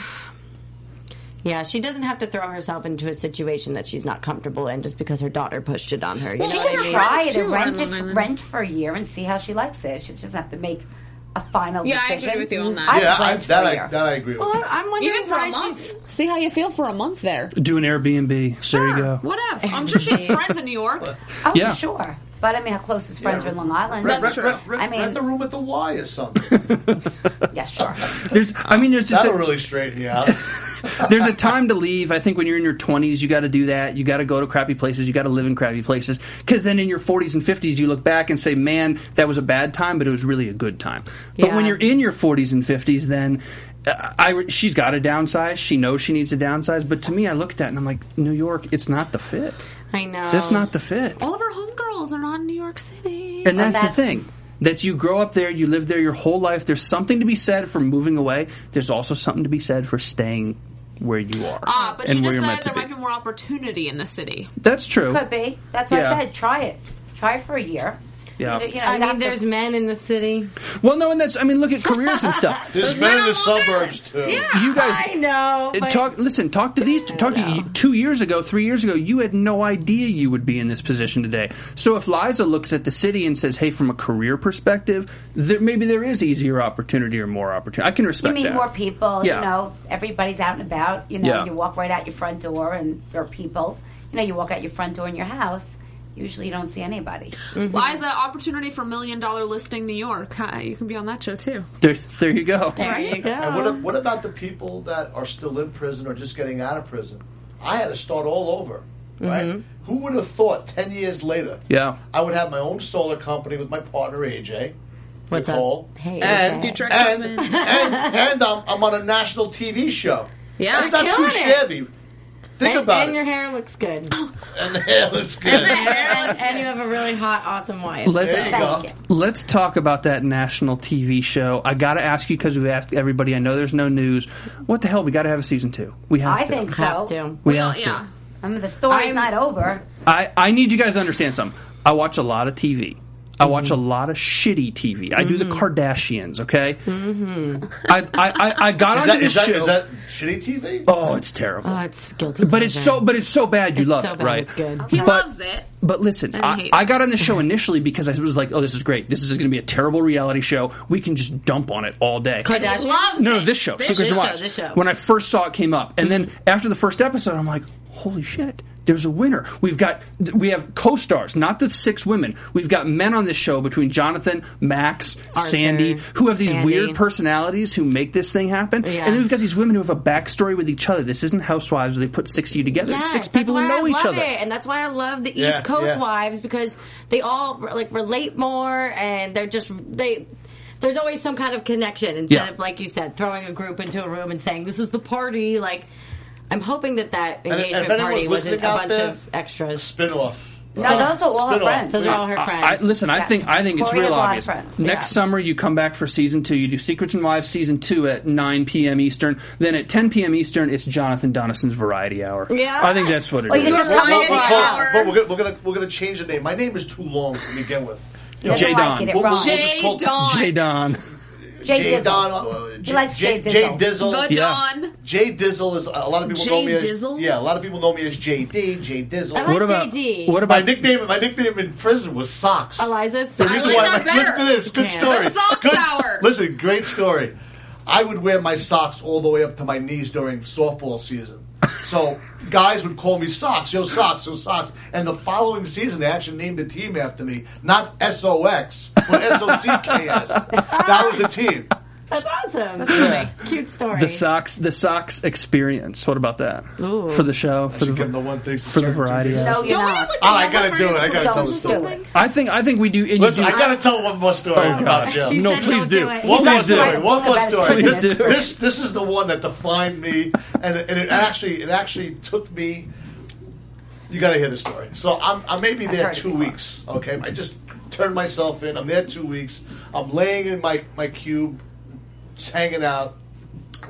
yeah, she doesn't have to throw herself into a situation that she's not comfortable in just because her daughter pushed it on her. You
Well,
know
she
what I
never
mean?
tried.
Try
Friends,
to
too,
rent
are on Long
it,
Island.
rent for a year and see how she likes it. She doesn't have to make a final
Yeah, I agree
decision.
with you on that.
I'd
yeah, I,
rent
that
for a
I
year.
that I agree with.
Well, I'm wondering
Even for
why
a
she's.
month. See how you feel for a month there. Ah,
Do an Airbnb. there you go.
Whatever. I'm sure she has friends in New York.
Oh,
Yeah.
sure. But I mean, her closest friends are in Long Island.
Rent-
That's
rent-
true.
rent- rent-
I mean-
rent the room at the Y or something.
Yeah, sure.
There's, I mean, there's just
That'll
a,
really straighten you out.
there's a time to leave. I think when you're in your 20s, you got to do that. You got to go to crappy places. You got to live in crappy places. Because then in your 40s and 50s, you look back and say, man, that was a bad time, but it was really a good time. But when
Yeah.
you're in your 40s and 50s, then. uh, I, she's got to downsize. She knows she needs to downsize. But to me, I look at that and I'm like, New York, it's not the fit.
I know.
Oh.
That's not the fit.
All of her homegirls are not in New York City.
And that's,
that's-
the thing. That's you grow up there, you live there your whole life. There's something to be said for moving away. There's also something to be said for staying where you are.
Ah, but she
and where
just
you're
said
meant
there
to
might
be.
be more opportunity in the city.
That's true.
Could be. That's what
Yeah.
I said. Try it. Try it for a year.
Yeah.
You know,
I
not
mean,
to-
there's men in the city.
Well, no, and that's I mean, look at careers and stuff.
There's men in the suburbs too.
Yeah.
You guys
I know.
Uh,
But
talk. Listen, talk to these. Talk to you, two years ago, three years ago. You had no idea you would be in this position today. So if Liza looks at the city and says, "Hey, from a career perspective, there, maybe there is easier opportunity or more opportunity," I can
You
respect
meet
that.
more people.
Yeah.
You know, everybody's out and about. You know,
Yeah.
you walk right out your front door and there are people. You know, you walk out your front door in your house. Usually you don't see anybody.
Mm-hmm.
Liza, opportunity for million dollar listing New York. Hi, you can be on that show too.
There, there you go.
there you go.
And what, what about the people that are still in prison or just getting out of prison? I had to start all over, right?
Mm-hmm.
Who would have thought 10 years later
Yeah.
I would have my own solar company with my partner AJ?
What's up?
Nicole,
Hey,
and,
AJ.
and, and, and I'm, I'm on a national TV show.
Yeah.
That's not too
Killing it.
shabby. Think
and,
about
and
it.
your hair looks good. and,
and the hair looks good.
and you have a really hot, awesome wife.
There
Let's
you go.
let's talk about that national TV show. I got to ask you because we've asked everybody. I know there's no news. What the hell? We got to have a season two. We have
I
to.
think so.
Have to.
we
Well,
have to.
yeah.
I mean, the story's
I'm-
not over.
I, I need you guys to understand something. I watch a lot of TV. I
Mm-hmm.
watch a lot of shitty TV. I do the Kardashians, okay? Mm-hmm. I, I, I, I got
Is
onto
that,
this
is, that,
show.
is that shitty TV?
oh, it's terrible.
Oh, it's guilty.
but it's
pleasure.
so but it's so bad you
It's
love
so
it,
bad,
right?
it's good.
He
But-
loves it.
But listen,
I
I,
hate
I got on the show initially because I was like, "Oh, this is great. This is going to be a terrible reality show. We can just dump on it all day."
Kardashian.
Loves
No,
it.
no, this show,
This-
Secrets
this
and
show,
Wives.
this show. Mm-hmm.
When I first saw it came up, and then after the first episode, I'm like, holy shit, there's a winner. We've got we have co-stars, not the six women. We've got men on this show between Jonathan, Max,
Arthur,
Sandy, who have these
Sandy.
weird personalities who make this thing happen.
Yeah.
And then we've got these women who have a backstory with each other. This isn't Housewives where they put six of you together.
Yes,
It's six people who
that's why
know
I
each
love
other.
it, and that's why I love the East
Yeah,
Coast
yeah.
wives because they all like relate more, and they're just they. There's always some kind of connection instead
Yeah.
of like you said, throwing a group into a room and saying this is the party. Like, I'm hoping that that
if
engagement
anyone's
party wasn't a
listening out
bunch
there,
of extras.
Spinoff.
No, those are all her
Spinoff,
friends.
Those are all
please.
her
I,
friends.
listen, I
Yeah.
think I think it's
Gloria
real
Block
obvious.
friends,
Next
yeah.
summer, you come back for season two. You do Secrets and Wives season two at 9 p.m. Eastern. Then at 10 p.m. Eastern, it's Jonathan Donaldson's Variety Hour.
Yeah.
I think that's what it is.
Well, you have
Well,
Nine
well,
and
well,
an
well,
hour.
But we're gonna, we're gonna we're gonna change the name. My name is too long to begin with. You know,
Jay
Doesn't
Don.
like it, it
we'll- we'll-
rhymes.
we'll just
Jay
call-
Dawn.
Jay Don.
Jay
Jay
Dizzle.
Don. uh, J-
likes
J-
Jay
Jay
Dizzle.
The
Dizzle.
Yeah.
Don.
Jay Dizzle is a lot of people know
Jay
me as
Dizzle?
yeah. A lot of people know me as JD. Jay Dizzle.
I like
What about
JD.
what
my
about
nickname? My nickname in prison was Socks.
Eliza's
The reason
like
why,
that
like, listen to
better.
this. Good
Yeah.
story.
The sock
Good-
tower.
Listen, great story. I would wear my socks all the way up to my knees during softball season. So guys would call me socks, yo socks, yo socks. And the following season, they actually named the team after me, not S O X, but S O C K S. That was the team.
That's awesome. Cute story.
the socks? The socks experience. What about that
Ooh.
for the show? For
Give
the,
them the one thing
for the variety.
Of.
No, you're
Don't we
not.
have like
Oh, I
levels
gotta
for
do it. I
any
gotta tell
girls
the
or
story.
something?
I think I think we do. and you
Listen,
do-
I gotta tell one more story.
Oh, God.
Jill.
She
No,
said
please
don't
do.
it.
One more
Please do.
story. One more
Please
story.
do.
This, this this is the one that defined me, and it, and it actually it actually took me. You got to hear the story. So I'm I may be there
heard it
two
before.
weeks. Okay, I just turned myself in. I'm there two weeks. I'm laying in my my cube, just hanging out,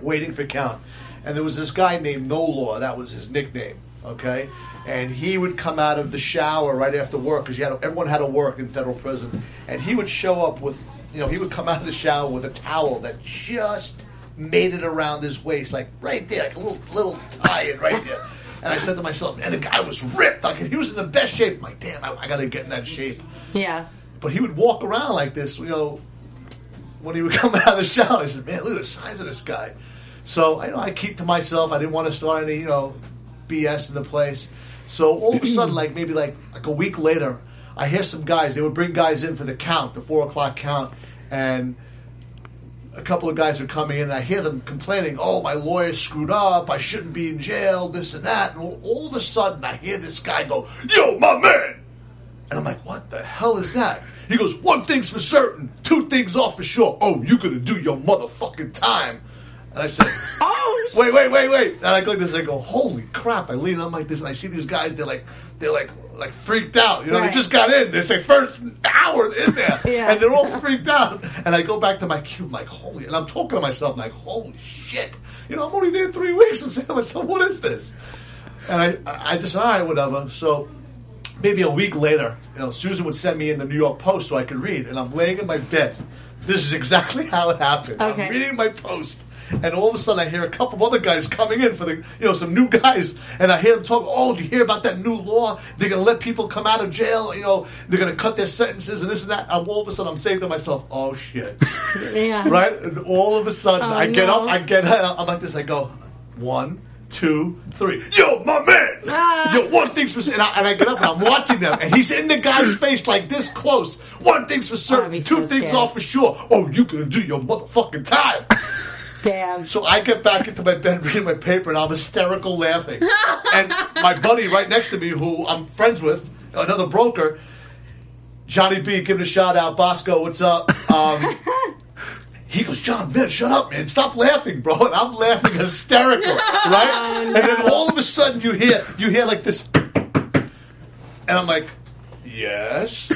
waiting for count. And there was this guy named No Law. That was his nickname. Okay, and he would come out of the shower right after work because had everyone had to work in federal prison, and he would show up with you know he would come out of the shower with a towel that just made it around his waist, like right there, like a little little tie it right there. And I said to myself, and the guy was ripped. Like he was in the best shape. I'm like, damn, I, I got to get in that shape.
Yeah.
But he would walk around like this, you know, when he would come out of the shower. I said, man, look at the size of this guy. So I, you know, I keep to myself. I didn't want to start any, you know, BS in the place. So all of a sudden, like maybe like like a week later, I hear some guys. They would bring guys in for the count, the four o'clock count, and a couple of guys are coming in, and I hear them complaining, "Oh, my lawyer screwed up. I shouldn't be in jail. This and that." And all- all of a sudden, I hear this guy go, "Yo, my man!" And I'm like, "What the hell is that?" He goes, "One thing's for certain, two things off for sure. Oh, you're gonna do your motherfucking time." And I said, "Oh, wait, wait, wait, wait!" And I go like this, and I go, "Holy crap!" I lean on like this, and I see these guys. They're like, they're like, like freaked out. You know,
Right.
they just got in. They say first hour in there,
Yeah.
and they're all freaked out. And I go back to my cube, I'm like, holy, and I'm talking to myself, I'm like, holy shit. You know, I'm only there three weeks. I'm saying to myself, what is this? And I, I just, all right, whatever. So maybe a week later, you know, Susan would send me in the New York Post so I could read, and I'm laying in my bed. This is exactly how it happened.
Okay.
I'm reading my post, and all of a sudden I hear a couple of other guys coming in for the, you know, some new guys, and I hear them talk. Oh, do you hear about that new law? They're gonna let people come out of jail. You know, they're gonna cut their sentences and this and that. I'm all of a sudden I'm saying to myself, oh shit.
Yeah.
right? And all of a sudden,
Oh,
I get
no.
up, I get up, I'm like this, I go, one, two, three. Yo, my man!
Ah.
Yo, one thing's for certain. And I, and I get up and I'm watching them, and he's in the guy's face like this close. One thing's for
I'd
certain,
be
two
Oh, so
things
scared.
off for sure. Oh, you gonna do your motherfucking time.
Damn.
So I get back into my bed reading my paper and I'm hysterical laughing. and my buddy right next to me, who I'm friends with, another broker, Johnny B, giving a shout out. Bosco, what's up? Um, he goes, John, man, shut up, man. Stop laughing, bro. And I'm laughing hysterical, right? And then all of a sudden you hear, you hear like this, and I'm like, Yes.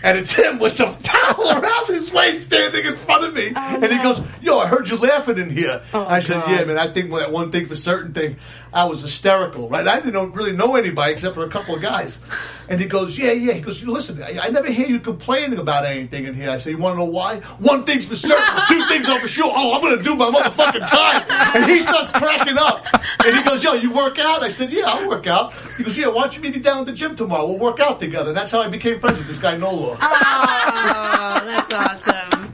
and it's him with the towel around his waist standing in front of me. and he
Oh, no.
goes, Yo, I heard you laughing in here.
Oh,
I said,
God.
Yeah, man, I think that one thing for certain thing, I was hysterical, right? I didn't know, really know anybody except for a couple of guys. And he goes, Yeah, yeah. He goes, Listen, I, I never hear you complaining about anything in here. I say, You want to know why? One thing's for certain, two things are for sure. Oh, I'm going to do my motherfucking time. And he starts cracking up. And he goes, Yo, you work out? I said, Yeah, I'll work out. He goes, Yeah, why don't you meet me down at the gym tomorrow? We'll work out together. And that's how I became friends with this guy, Nolo.
Oh, that's awesome.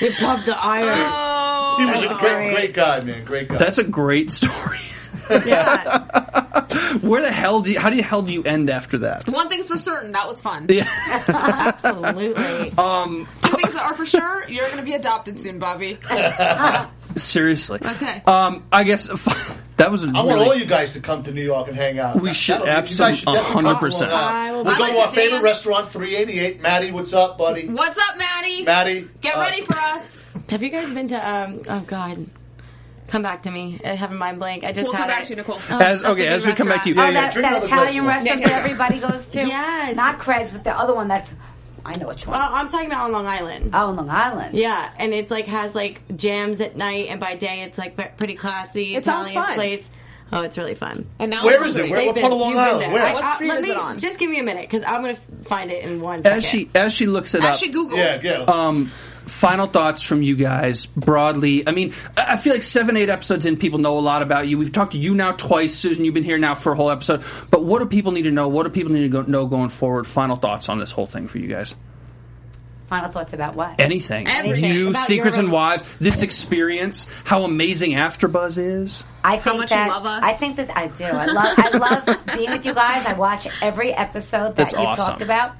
You pumped the iron.
Oh,
He was a
that's
great,
great.
great guy, man. Great guy.
That's a great story.
Yeah.
Where the hell do you, how do you hell do you end after that?
one thing's for certain. That was fun.
Absolutely.
Two things that are for sure. You're gonna be adopted soon, Bobby.
Seriously.
Okay.
Um, I guess that was a
I want
really-
all you guys to come to New York and hang out.
We should
That'll be- you guys
absolute-
should definitely come
100%.
along.
I will-
We'll
I
go
like
to our
to
favorite
dance.
restaurant, 388. Maddie, what's up, buddy?
What's up, Maddie?
Maddie,
get
uh,
ready for us.
Have you guys been to? um Oh God. Come back to me. I have a mind blank. I just
We'll
had
come back
it.
to you, Nicole.
Oh,
As-
such a
okay,
good
as we come back to you.
restaurant.
Yeah, yeah,
Oh, that,
drink
that
another
Italian
glass of
restaurant that everybody goes to.
Yes.
Not Craig's, but the other one that's. I know which one.
Oh, I'm talking about on Long Island.
Oh, Long Island.
Yeah, and it's like has like jams at night, and by day it's like ve- pretty classy
It sounds
Italian
fun.
place. Oh, it's really fun.
And now
Where
I'm
is it?
hungry.
Where- what
They've
part of Long
you've been
Island?
there.
Where?
I-
What
I-
street
let
is
me-
it on?
Just give me a minute because I'm gonna f- find it in one
as
second.
she as she looks it
As
up.
she Googles.
Yeah, yeah.
um, final thoughts from you guys broadly. I mean, I I feel like seven, eight episodes in, people know a lot about you. We've talked to you now twice, Susan. You've been here now for a whole episode. But what do people need to know? What do people need to go, know going forward? Final thoughts on this whole thing for you guys?
Final thoughts about what?
Anything,
Everything.
you
About
secrets
your-
and wives, this experience, how amazing AfterBuzz is.
I think
much you
that,
love us.
I think that I do. I love I love being with you guys. I watch every episode that
That's
you've
awesome.
talked about.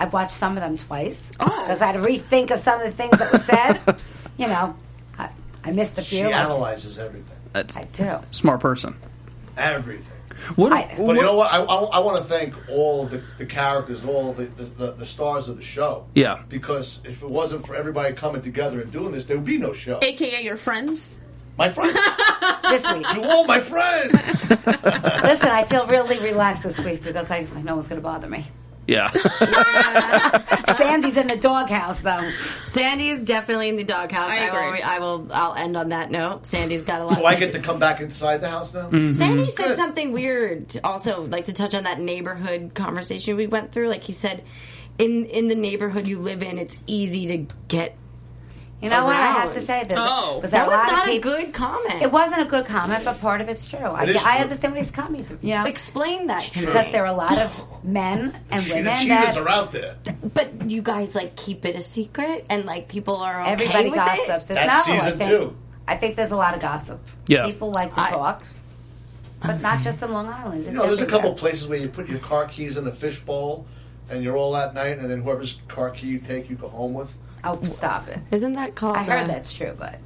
I've watched some of them twice because I had to rethink of some of the things that were said. you know, I, I missed a
She
few.
analyzes everything.
That's
I do.
smart person.
Everything.
What?
I-
what-
But you know what? I, I, want to thank all the, the characters, all the, the- the, the stars of the show.
Yeah.
Because if it wasn't for everybody coming together and doing this, there would be no show.
AKA your friends.
My friends.
This week,
to all my friends.
listen, I feel really relaxed this week because I like no one's going to bother me.
yeah.
Sandy's in the doghouse though.
Sandy is definitely in the doghouse.
I
I,
agree.
will. I will. I'll end on that note. Sandy's got a lot.
Do I get to come back inside the house now?
Mm-hmm.
Sandy said
Mm, Good.
something weird. Also, like to touch on that neighborhood conversation we went through. Like he said, in in the neighborhood you live in, it's easy to get.
You know what? I have to
Around.
say this.
Oh.
was
That
a
was
lot of
not a
people-
good comment.
It wasn't a good comment, but part of it's true. I,
It is
I
true.
understand what he's coming from. You know,
Explain that to me.
because there are a lot of men and
Gee,
women
the cheaters
that
are out there.
But you guys like keep it a secret, and like people are okay
everybody
with
gossips.
it.
It's
That's
novel, I
season
think.
two.
I think there's a lot of gossip.
Yeah.
people like to
I-
talk, but not just in Long Island. It's
You know, there's a
everywhere.
couple places where you put your car keys in a fishbowl, and you're all at night, and then whoever's car key you take, you go home with.
Oh, stop it!
Isn't that called?
I
uh,
heard that's true, but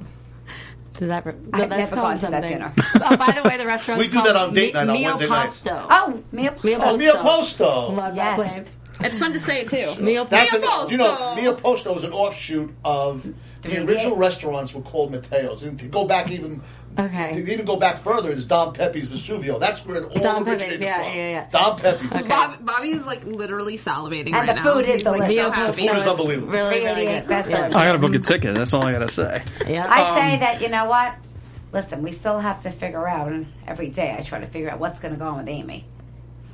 Did that, no, that's
I've never
called
gone to that
something.
dinner.
oh, by the way, the restaurant's
We do that
called
on date
Mi-
night on
Mio
Wednesday night.
Costo.
oh, Mia,
Mia
Oh,
Posto.
Mia Posto.
Love
Yes.
that place.
It's fun to say it too.
Mia
That's
Posto.
an, you know,
Posto.
Mia Posto is an offshoot of the original restaurants were called Mateos. And to go back even,
Okay.
to even go back further, it's Don Pepe's Vesuvio. That's where it all
Don Pepe's,
originated
yeah,
from.
yeah, yeah.
Don Pepe's.
Bob, Bobby is like literally salivating
And
right
the
now.
food is
He's like
delicious.
so
Mio
happy.
Food
Costo
is unbelievable.
Really, really
Radiate,
good.
that's
Yeah.
the-
I gotta book a ticket. That's all I gotta say.
Yeah.
I say
Um,
that you know what? Listen, we still have to figure out, and every day I try to figure out what's going to go on with Amy.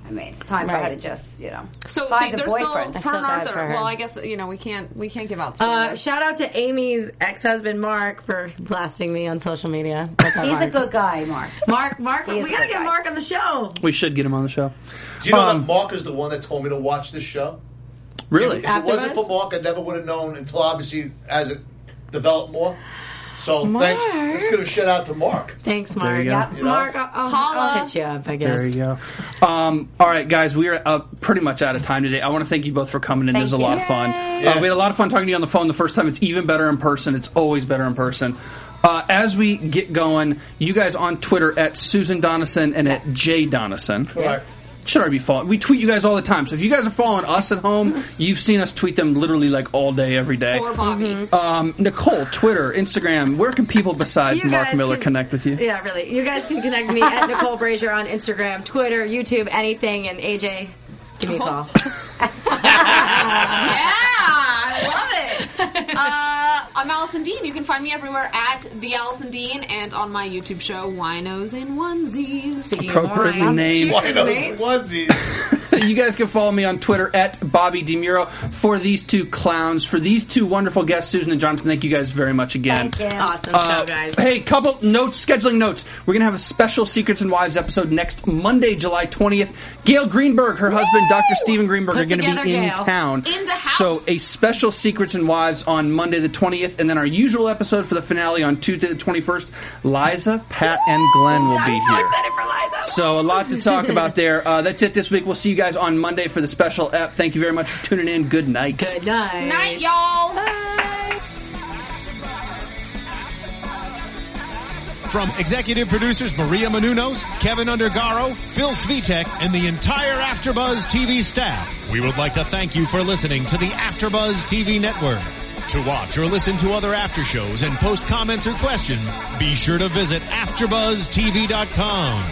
I mean, it's time for her
Right.
to just you know
So
find
see,
a
they're
boyfriend.
still
feel
her and
bad
Arthur.
for her.
Well, I guess you know we can't we can't give out.
Uh,
spoilers.
shout out to Amy's ex-husband Mark for blasting me on social media. That's on
He's a
Mark.
good guy, Mark.
Mark. Mark,
He is
we
a
gotta
good
get
guy.
Mark on the show.
We should get him on the show.
Do you know
Um,
that Mark is the one that told me to watch this show?
Really?
If it wasn't
Afterbuzz?
for Mark, I never would have known until obviously as it developed more. So thanks.
Mark.
Let's give a shout out to Mark.
Thanks, Mark.
There you go.
Yep.
Mark, I'll, I'll,
Holla.
I'll hit you up. I guess.
There you go. Um, all right, guys, we are uh, pretty much out of time today. I want to thank you both for coming in. this is a
Thank
lot
you.
of fun.
Yay.
Uh, we had a lot of fun talking to you on the phone the first time. It's even better in person. It's always better in person. Uh, as we get going, you guys on Twitter at Susan Donison and at Jay Donison.
Correct.
Should I be following? We tweet you guys all the time. So if you guys are following us at home, you've seen us tweet them literally like all day, every day.
Poor Bobby.
Um, Nicole, Twitter, Instagram. Where can people besides
You
Mark
guys
Miller
can-
connect with you?
Yeah, really. You guys can connect me at Nicole Brazier on Instagram, Twitter, YouTube, anything, and AJ, give me a call.
Yeah, I love it. Uh, I'm Allison Dean. You can find me everywhere at the Allison Dean and on my YouTube show Winos and Onesies.
Appropriately named.
Why those
mate.
onesies?
you guys can follow me on Twitter at Bobby DeMuro for these two clowns, for these two wonderful guests, Susan and Jonathan. Thank you guys very much again.
Thank you.
awesome show, guys.
Uh, Hey, couple notes, scheduling notes. We're gonna have a special Secrets and Wives episode next Monday, July twentieth. Gail Greenberg, her husband, Dr. Steven Greenberg,
Put
are gonna
together,
be in
Gail.
town.
In the house.
So a special Secrets and Wives on Monday the twentieth, and then our usual episode for the finale on Tuesday the twenty first. Liza, Pat, and Glenn will be
I'm so
here.
excited for Liza.
So a lot to talk about there. Uh, that's it this week. We'll see you guys on Monday for the special app. Thank you very much for tuning in. Good night.
Good night.
Night, y'all.
From executive producers Maria Manunos, Kevin Undergaro, Phil Svitek, and the entire Afterbuzz TV staff, we would like to thank you for listening to the Afterbuzz TV network. To watch or listen to other after shows and post comments or questions, be sure to visit AfterbuzzTV.com.